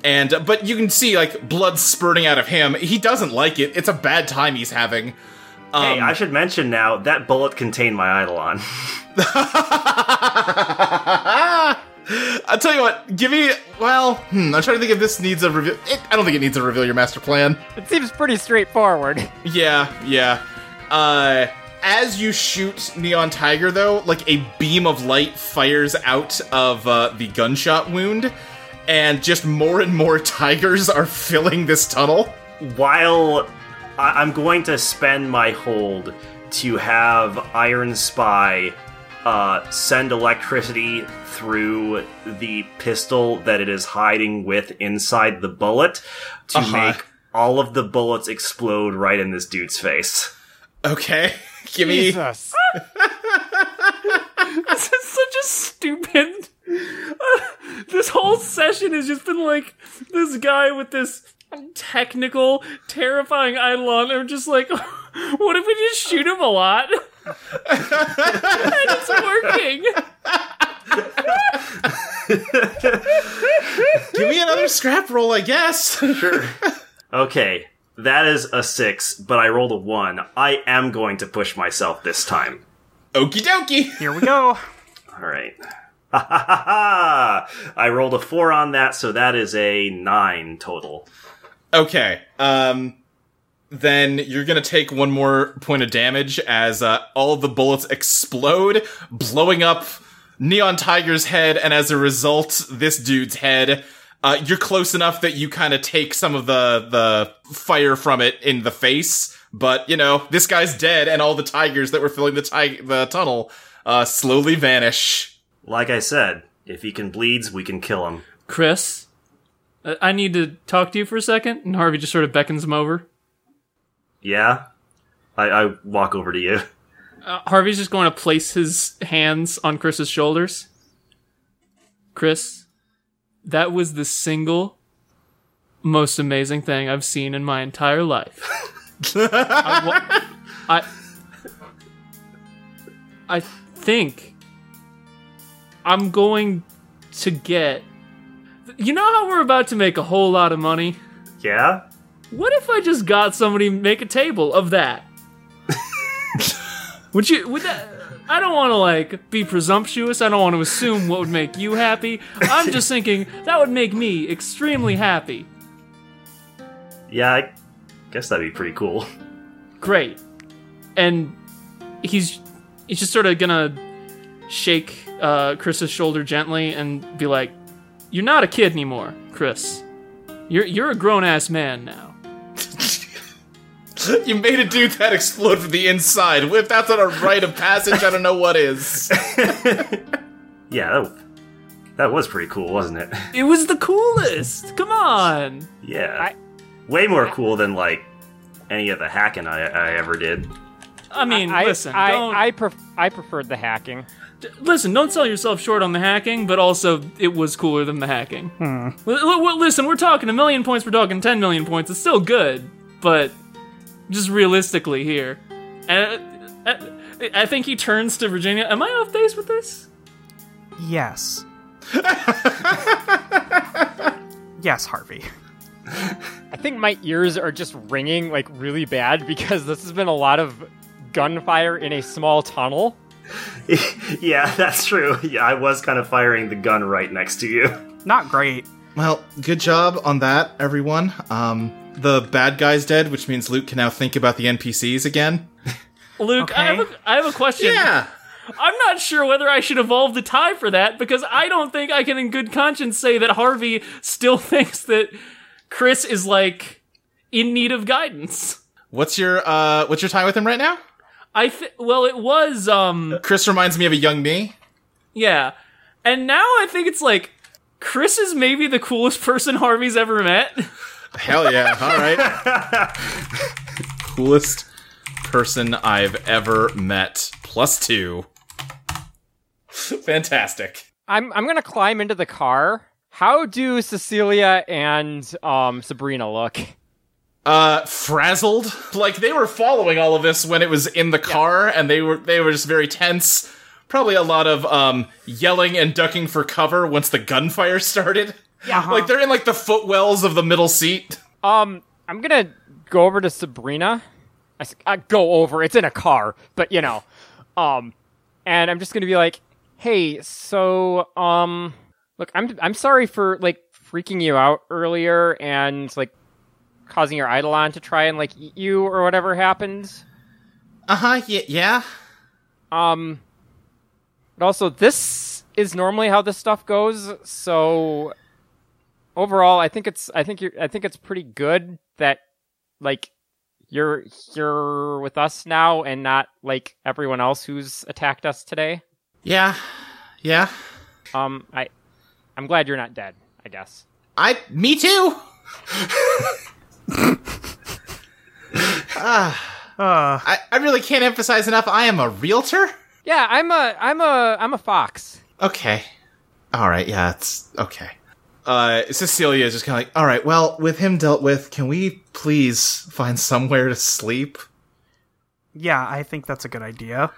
S1: and uh, but you can see like blood spurting out of him. He doesn't like it. It's a bad time he's having.
S5: hey, I should mention now that bullet contained my Eidolon.
S1: I'll tell you what. Give me well. Hmm, I'm trying to think if this needs a reveal. It, I don't think it needs a reveal your master plan.
S4: It seems pretty straightforward.
S1: Yeah, yeah. Uh, as you shoot Neon Tiger, though, like a beam of light fires out of uh, the gunshot wound, and just more and more tigers are filling this tunnel.
S5: While I- I'm going to spend my hold to have Iron Spy uh, send electricity through the pistol that it is hiding with inside the bullet to
S1: Uh-huh.
S5: make all of the bullets explode right in this dude's face.
S1: Okay, give me.
S4: Jesus.
S3: This is such a stupid. this whole session has just been like this guy with this technical, terrifying eidolon. I'm just like, what if we just shoot him a lot? and it's working.
S1: Give me another scrap roll, I guess.
S5: Sure. okay, that is a six, but I rolled a one. I am going to push myself this time.
S1: Okie dokie.
S2: Here we go.
S5: All right. Ha ha ha ha! I rolled a four on that, so that is a nine total.
S1: Okay. Um. Then you're gonna take one more point of damage as uh, all the bullets explode, blowing up Neon Tiger's head, and as a result, this dude's head. Uh, you're close enough that you kind of take some of the the fire from it in the face, but you know this guy's dead, and all the tigers that were filling the ti- the tunnel uh, slowly vanish.
S5: Like I said, if he can bleeds, we can kill him.
S3: Chris, uh, I I need to talk to you for a second. And Harvey just sort of beckons him over.
S5: Yeah? I, I walk over to you.
S3: Uh, Harvey's just going to place his hands on Chris's shoulders. Chris, that was the single most amazing thing I've seen in my entire life. I, wa- I, I think I'm going to get. You know how we're about to make a whole lot of money?
S5: Yeah?
S3: What if I just got somebody to make a table of that? would you? Would that? I don't want to like be presumptuous. I don't want to assume what would make you happy. I'm just thinking that would make me extremely happy.
S5: Yeah, I guess that'd be pretty cool.
S3: Great. And he's he's just sort of gonna shake uh, Chris's shoulder gently and be like, "You're not a kid anymore, Chris. You're you're a grown ass man now."
S1: You made a dude that explode from the inside. If that's not a rite of passage, I don't know what is.
S5: Yeah, that, that was pretty cool, wasn't it?
S3: It was the coolest. Come on.
S5: Yeah.
S4: I-
S5: Way more cool than, like, any of the hacking I, I ever did.
S3: I mean,
S4: I,
S3: listen.
S4: I,
S3: don't...
S4: I, pref- I preferred the hacking.
S3: d- listen, don't sell yourself short on the hacking, but also it was cooler than the hacking.
S4: Hmm.
S3: L- l- l- listen, we're talking a million points, we're talking 10 million points. It's still good, but just realistically here. And, uh, I think he turns to Virginia. Am I off base with this?
S2: Yes. yes, Harvey.
S4: I think my ears are just ringing like really bad because this has been a lot of gunfire in a small tunnel.
S5: yeah, that's true. Yeah, I was kind of firing the gun right next to you.
S2: Not great.
S1: Well, good job on that, everyone. Um, the bad guy's dead, which means Luke can now think about the NPCs again.
S3: Luke, I, have
S2: Okay.
S3: a, I have a question.
S1: Yeah.
S3: I'm not sure whether I should evolve the tie for that because I don't think I can, in good conscience, say that Harvey still thinks that Chris is like in need of guidance.
S1: What's your uh what's your tie with him right now?
S3: I th- well, it was um
S1: Chris reminds me of a young me.
S3: yeah, and now I think it's like Chris is maybe the coolest person Harvey's ever met.
S1: Hell yeah. All right. Coolest person I've ever met. Plus 2. Fantastic.
S4: I'm I'm gonna climb into the car. How do Cecilia and um, Sabrina look?
S1: uh frazzled like they were following all of this when it was in the car and they were they were just very tense probably a lot of um yelling and ducking for cover once the gunfire started yeah like they're in like the footwells of the middle seat
S4: Um, I'm gonna go over to Sabrina. I, s- I go over. It's in a car, but you know, um, and I'm just gonna be like, "Hey, so um, look, I'm I'm sorry for like freaking you out earlier and like causing your eidolon to try and like eat you or whatever happened.
S1: uh-huh yeah, yeah
S4: Um, but also this is normally how this stuff goes. So overall, I think it's I think you're I think it's pretty good that like you're you're with us now and not like everyone else who's attacked us today.
S1: yeah yeah
S4: Um, I I'm glad you're not dead. I guess.
S1: i me too
S2: Uh,
S1: Ah. I, I really can't emphasize enough i am a realtor
S4: Yeah, I'm a I'm a I'm a fox.
S1: Okay. All right. Yeah, it's okay. Uh, Cecilia is just kind of like, all right. Well, with him dealt with, can we please find somewhere to sleep?
S2: yeah, I think that's a good idea.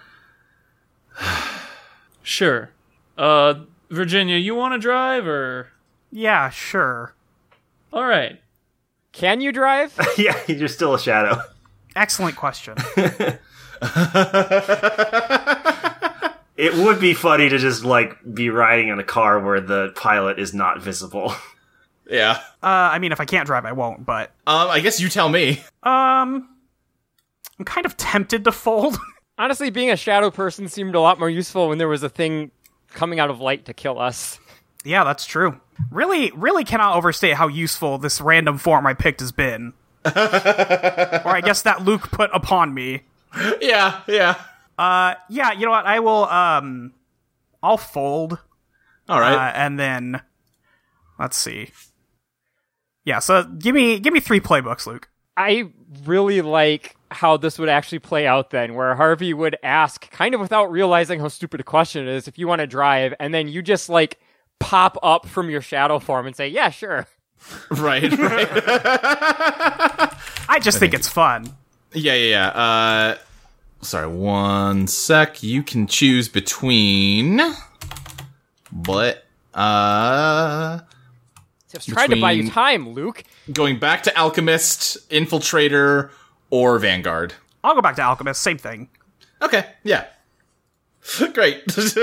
S3: Sure, uh, Virginia, you want to drive or
S2: Yeah, sure.
S3: all right?
S4: Can you drive?
S5: yeah, you're still a shadow.
S2: Excellent question.
S5: It would be funny to just like be riding in a car where the pilot is not visible.
S1: Yeah.
S2: Uh, I mean, if I can't drive, I won't. But
S1: Um, I guess you tell me.
S2: um, I'm kind of tempted to fold.
S4: Honestly, being a shadow person seemed a lot more useful when there was a thing coming out of light to kill us.
S2: yeah, that's true. Really, really cannot overstate how useful this random form I picked has been. or I guess that Luke put upon me.
S1: Yeah. Yeah.
S2: Yeah, you know what? I will. Um, I'll fold.
S1: All
S2: uh,
S1: right.
S2: and then let's see. Yeah, so give me give me three playbooks, Luke.
S4: I really like how this would actually play out then, where Harvey would ask, kind of without realizing how stupid a question it is, if you want to drive, and then you just like pop up from your shadow form and say, Yeah, sure.
S1: right. Right.
S2: I just think it's fun.
S1: yeah. Yeah. Yeah. Uh, sorry. One sec. You can choose between, but uh,
S4: Just tried to buy you
S1: Between-
S4: time, Luke.
S1: going back to alchemist, infiltrator, or vanguard.
S2: I'll go back to Alchemist, same thing.
S1: Okay, yeah. Great.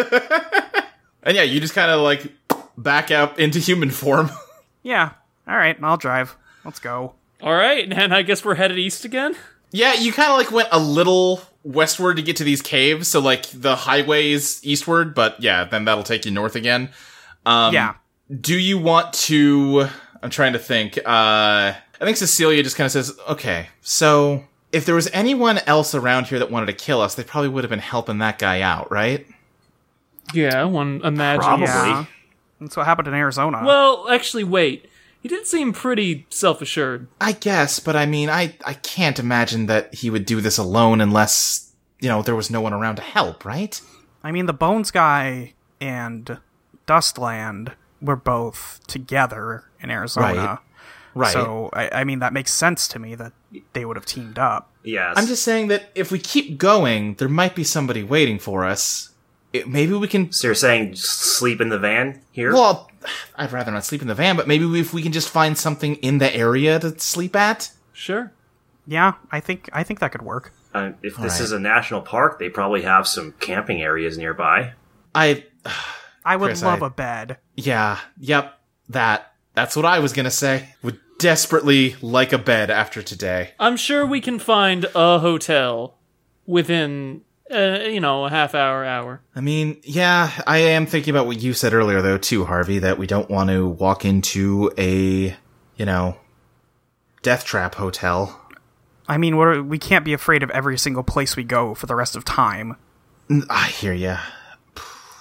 S1: and yeah, you just kind of like back out into human form.
S2: Yeah. All right, I'll drive. Let's go.
S3: All right, and I guess we're headed east again.
S1: yeah, you kind of like went a little westward to get to these caves, so like the highway is eastward, but yeah, then that'll take you north again. Um,
S2: yeah.
S1: Do you want to? I'm trying to think. Uh, I think Cecilia just kind of says, "Okay, so if there was anyone else around here that wanted to kill us, they probably would have been helping that guy out, right?"
S3: Yeah, one imagines.
S5: Probably.
S2: Yeah. That's what happened in Arizona.
S3: Well, actually, wait. He did seem pretty self-assured.
S1: I guess, but I mean, I, I can't imagine that he would do this alone unless, you know, there was no one around to help, right?
S2: I mean, the Bones guy and Dustland were both together in Arizona.
S1: Right.
S2: So, I, I mean, that makes sense to me that they would have teamed up.
S5: Yes.
S1: I'm just saying that if we keep going, there might be somebody waiting for us. It, maybe we can.
S5: So you're saying just sleep in the van here?
S1: Well, I'd rather not sleep in the van, but maybe if we can just find something in the area to sleep at.
S3: Sure.
S2: Yeah, I think I think that could work.
S5: Uh, if this
S1: Alright.
S5: is a national park, they probably have some camping areas nearby.
S1: I.
S2: I would
S1: Chris,
S2: love
S1: I-
S2: a bed.
S1: Yeah. Yep. That. That's what I was gonna say. Would desperately like a bed after today.
S3: I'm sure we can find a hotel within, uh, you know, a half hour, hour.
S1: I mean, yeah, I am thinking about what you said earlier, though, too, Harvey, that we don't want to walk into a, you know, death trap hotel.
S2: I mean, we're, we can't be afraid of every single place we go for the rest of time.
S1: N- I hear ya.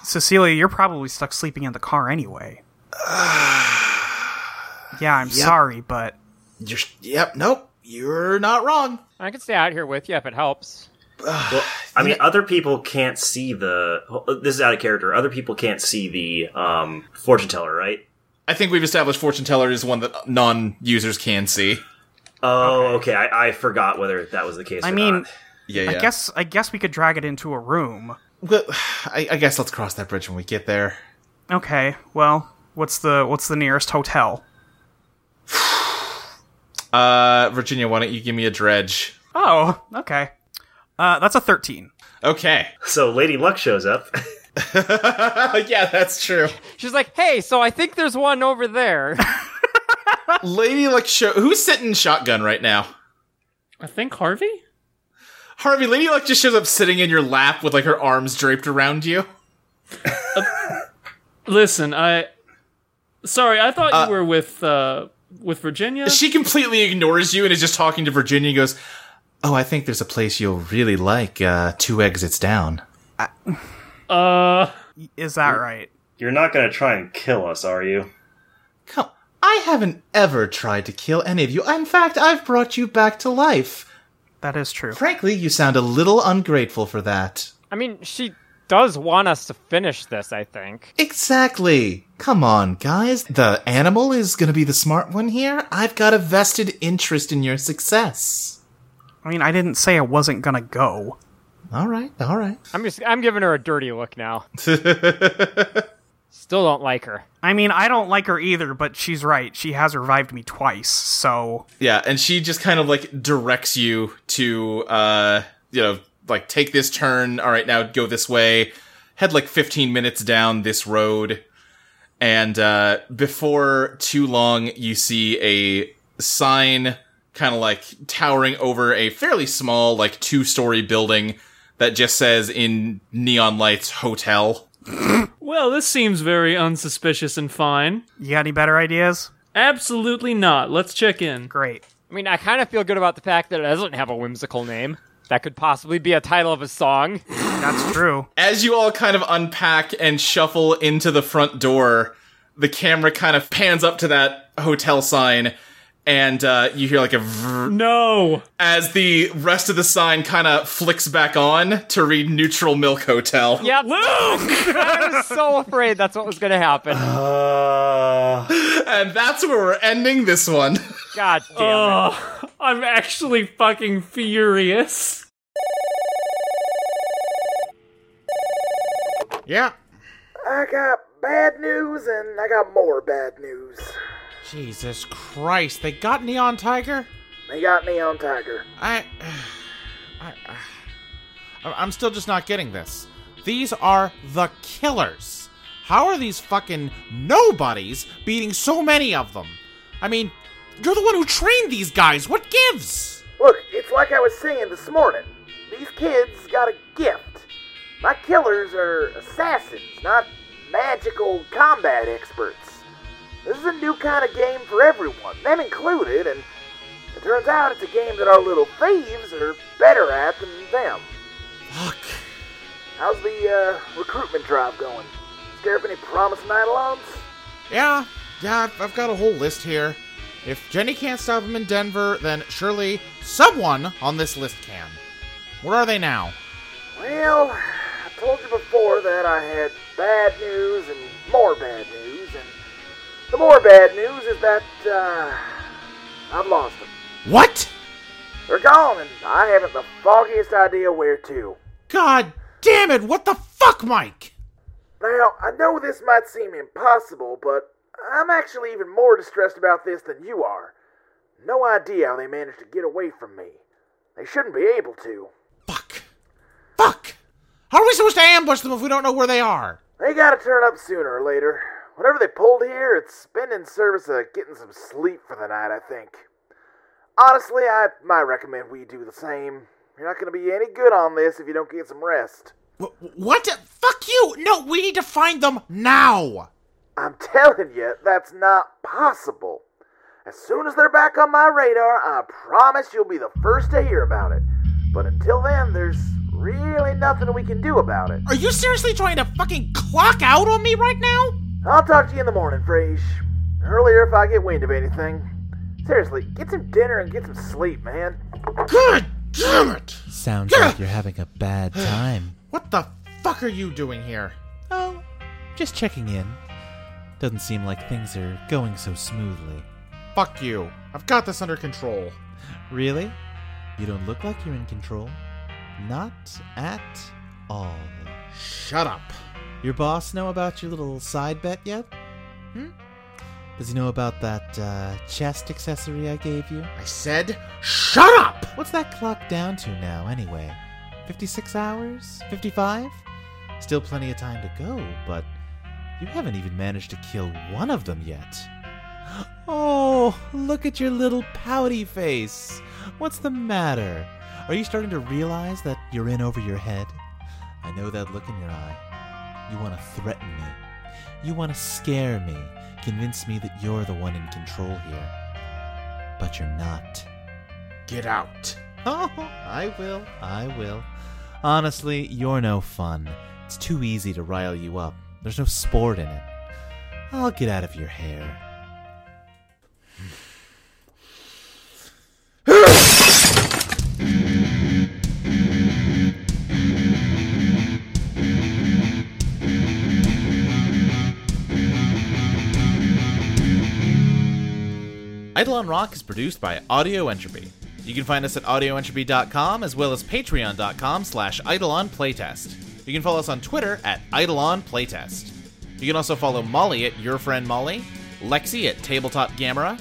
S2: Cecilia, you're probably stuck sleeping in the car anyway. yeah, I'm sorry, but
S1: You're, yep, nope, you're not wrong.
S4: I could stay out here with you if it helps.
S5: I mean, other people can't see the. oh, This is out of character. Other people can't see the um, fortune teller, right?
S1: I think we've established fortune teller is one that non-users can see.
S5: Oh, okay. I, I forgot whether that was the case.
S2: I
S5: or
S2: mean,
S5: not.
S1: Yeah, yeah.
S2: I guess I guess we could drag it into a room.
S1: Well, I, I guess let's cross that bridge when we get there.
S2: Okay, well, what's the what's the nearest hotel?
S1: Uh, Virginia, why don't you give me a dredge?
S2: Oh, okay. Uh, that's a thirteen.
S1: Okay.
S5: so Lady Luck shows up.
S1: yeah, that's true.
S4: She's like, hey, so I think there's one over there.
S1: Lady Luck show. Who's sitting shotgun right now?
S3: I think Harvey?
S1: Harvey, Lady Luck just shows up sitting in your lap with like her arms draped around you.
S3: Listen, I. Sorry, I thought you were with, uh, with Virginia.
S1: She completely ignores you and is just talking to Virginia and goes, Oh, I think there's a place you'll really like, uh, two exits down.
S3: uh,
S2: Is that right?
S5: You're not going to try and kill us, are you?
S1: Come, I haven't ever tried to kill any of you. In fact, I've brought you back to life.
S2: That is true.
S1: Frankly, you sound a little ungrateful for that.
S4: I mean, she does want us to finish this, I think.
S1: Exactly. Come on, guys. The animal is gonna be the smart one here. I've got a vested interest in your success.
S2: I mean, I didn't say I wasn't gonna go.
S1: Alright, alright.
S4: I'm just I'm giving her a dirty look now. Still don't like her.
S2: I mean, I don't like her either, but she's right. She has revived me twice, so
S1: Yeah, and she just kind of like directs you to uh you know, like take this turn, all right, now go this way. Head like 15 minutes down this road. And uh before too long you see a sign kind of like towering over a fairly small like two-story building that just says in neon lights hotel.
S3: well, this seems very unsuspicious and fine.
S2: you got any better ideas?
S3: Absolutely not. Let's check in.
S2: Great.
S4: I mean, I kind of feel good about the fact that it doesn't have a whimsical name. That could possibly be a title of a song.
S2: That's true.
S1: as you all kind of unpack and shuffle into the front door, the camera kind of pans up to that hotel sign, and uh, you hear like a vrr
S3: No!
S1: as the rest of the sign kind of flicks back on to read Neutral Milk Hotel.
S4: Yep.
S3: Luke!
S4: I was so afraid that's what was going to happen.
S1: And that's where we're ending this one.
S4: God damn it.
S3: Ugh, I'm actually fucking furious.
S6: Yeah.
S7: I got bad news and I got more bad news.
S6: Jesus Christ, they got Neon Tiger?
S7: They got Neon Tiger.
S6: I, I, I- I'm still just not getting this. These are the killers. How are these fucking nobodies beating so many of them? I mean, you're the one who trained these guys. What gives?
S7: Look, it's like I was saying this morning. These kids got a gift. My killers are assassins, not magical combat experts. This is a new kind of game for everyone, them included, and it turns out it's a game that our little thieves are better at than them.
S6: Fuck.
S7: How's the uh, recruitment drive going? Scare up any promising idolons?
S6: Yeah, yeah, I've- I've got a whole list here. If Jenny can't stop him in Denver, then surely someone on this list can. Where are they now?
S7: Well, I told you before that I had bad news and more bad news, and the more bad news is that uh, I've lost them.
S1: What?
S7: They're gone, and I haven't the foggiest idea where to.
S1: God damn it, what the fuck, Mike?
S7: Now, I know this might seem impossible, but I'm actually even more distressed about this than you are. No idea how they managed to get away from me. They shouldn't be able to.
S1: Fuck. Fuck. How are we supposed to ambush them if we don't know where they are?
S7: They gotta turn up sooner or later. Whatever they pulled here, it's been in service of getting some sleep for the night, I think. Honestly, I might recommend we do the same. You're not gonna be any good on this if you don't get some rest.
S1: Wh- What? the- Fuck you! No, we need to find them now!
S7: I'm telling you, that's not possible. As soon as they're back on my radar, I promise you'll be the first to hear about it. But until then, there's really nothing we can do about it.
S1: Are you seriously trying to fucking clock out on me right now?
S7: I'll talk to you in the morning, Frege. Earlier if I get wind of anything. Seriously, get some dinner and get some sleep, man.
S1: God damn it!
S8: Sounds
S1: Yeah.
S8: like you're having a bad time.
S1: What the fuck are you doing here?
S8: Oh, just checking in. Doesn't seem like things are going so smoothly.
S1: Fuck you. I've got this under control.
S8: Really? You don't look like you're in control. Not at all.
S1: Shut up.
S8: Your boss know about your little side bet yet? Hmm? Does he know about that uh, chest accessory I gave you?
S1: I said, shut up!
S8: What's that clock down to now, anyway? 56 hours? 55? Still plenty of time to go, but you haven't even managed to kill one of them yet. Oh, look at your little pouty face. What's the matter? Are you starting to realize that you're in over your head? I know that look in your eye. You want to threaten me. You want to scare me. Convince me that you're the one in control here. But you're not.
S1: Get out.
S8: Oh, I will. I will. Honestly, you're no fun. It's too easy to rile you up. There's no sport in it. I'll get out of your hair.
S1: Eidolon Rock is produced by Audio Entropy. You can find us at audioentropy.com as well as patreon.com slash Eidolon Playtest. You can follow us on Twitter at Eidolon Playtest. You can also follow Molly at Your Friend Molly, Lexi at Tabletop Gamera,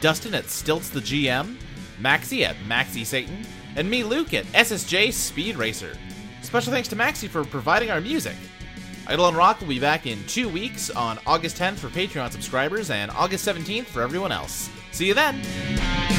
S1: Dustin at Stilts the GM, Maxi at Maxi Satan, and me, Luke, at SSJ Speed Racer. Special thanks to Maxi for providing our music. Idle and Rock will be back in two weeks on August 10th for Patreon subscribers and August 17th for everyone else. See you then!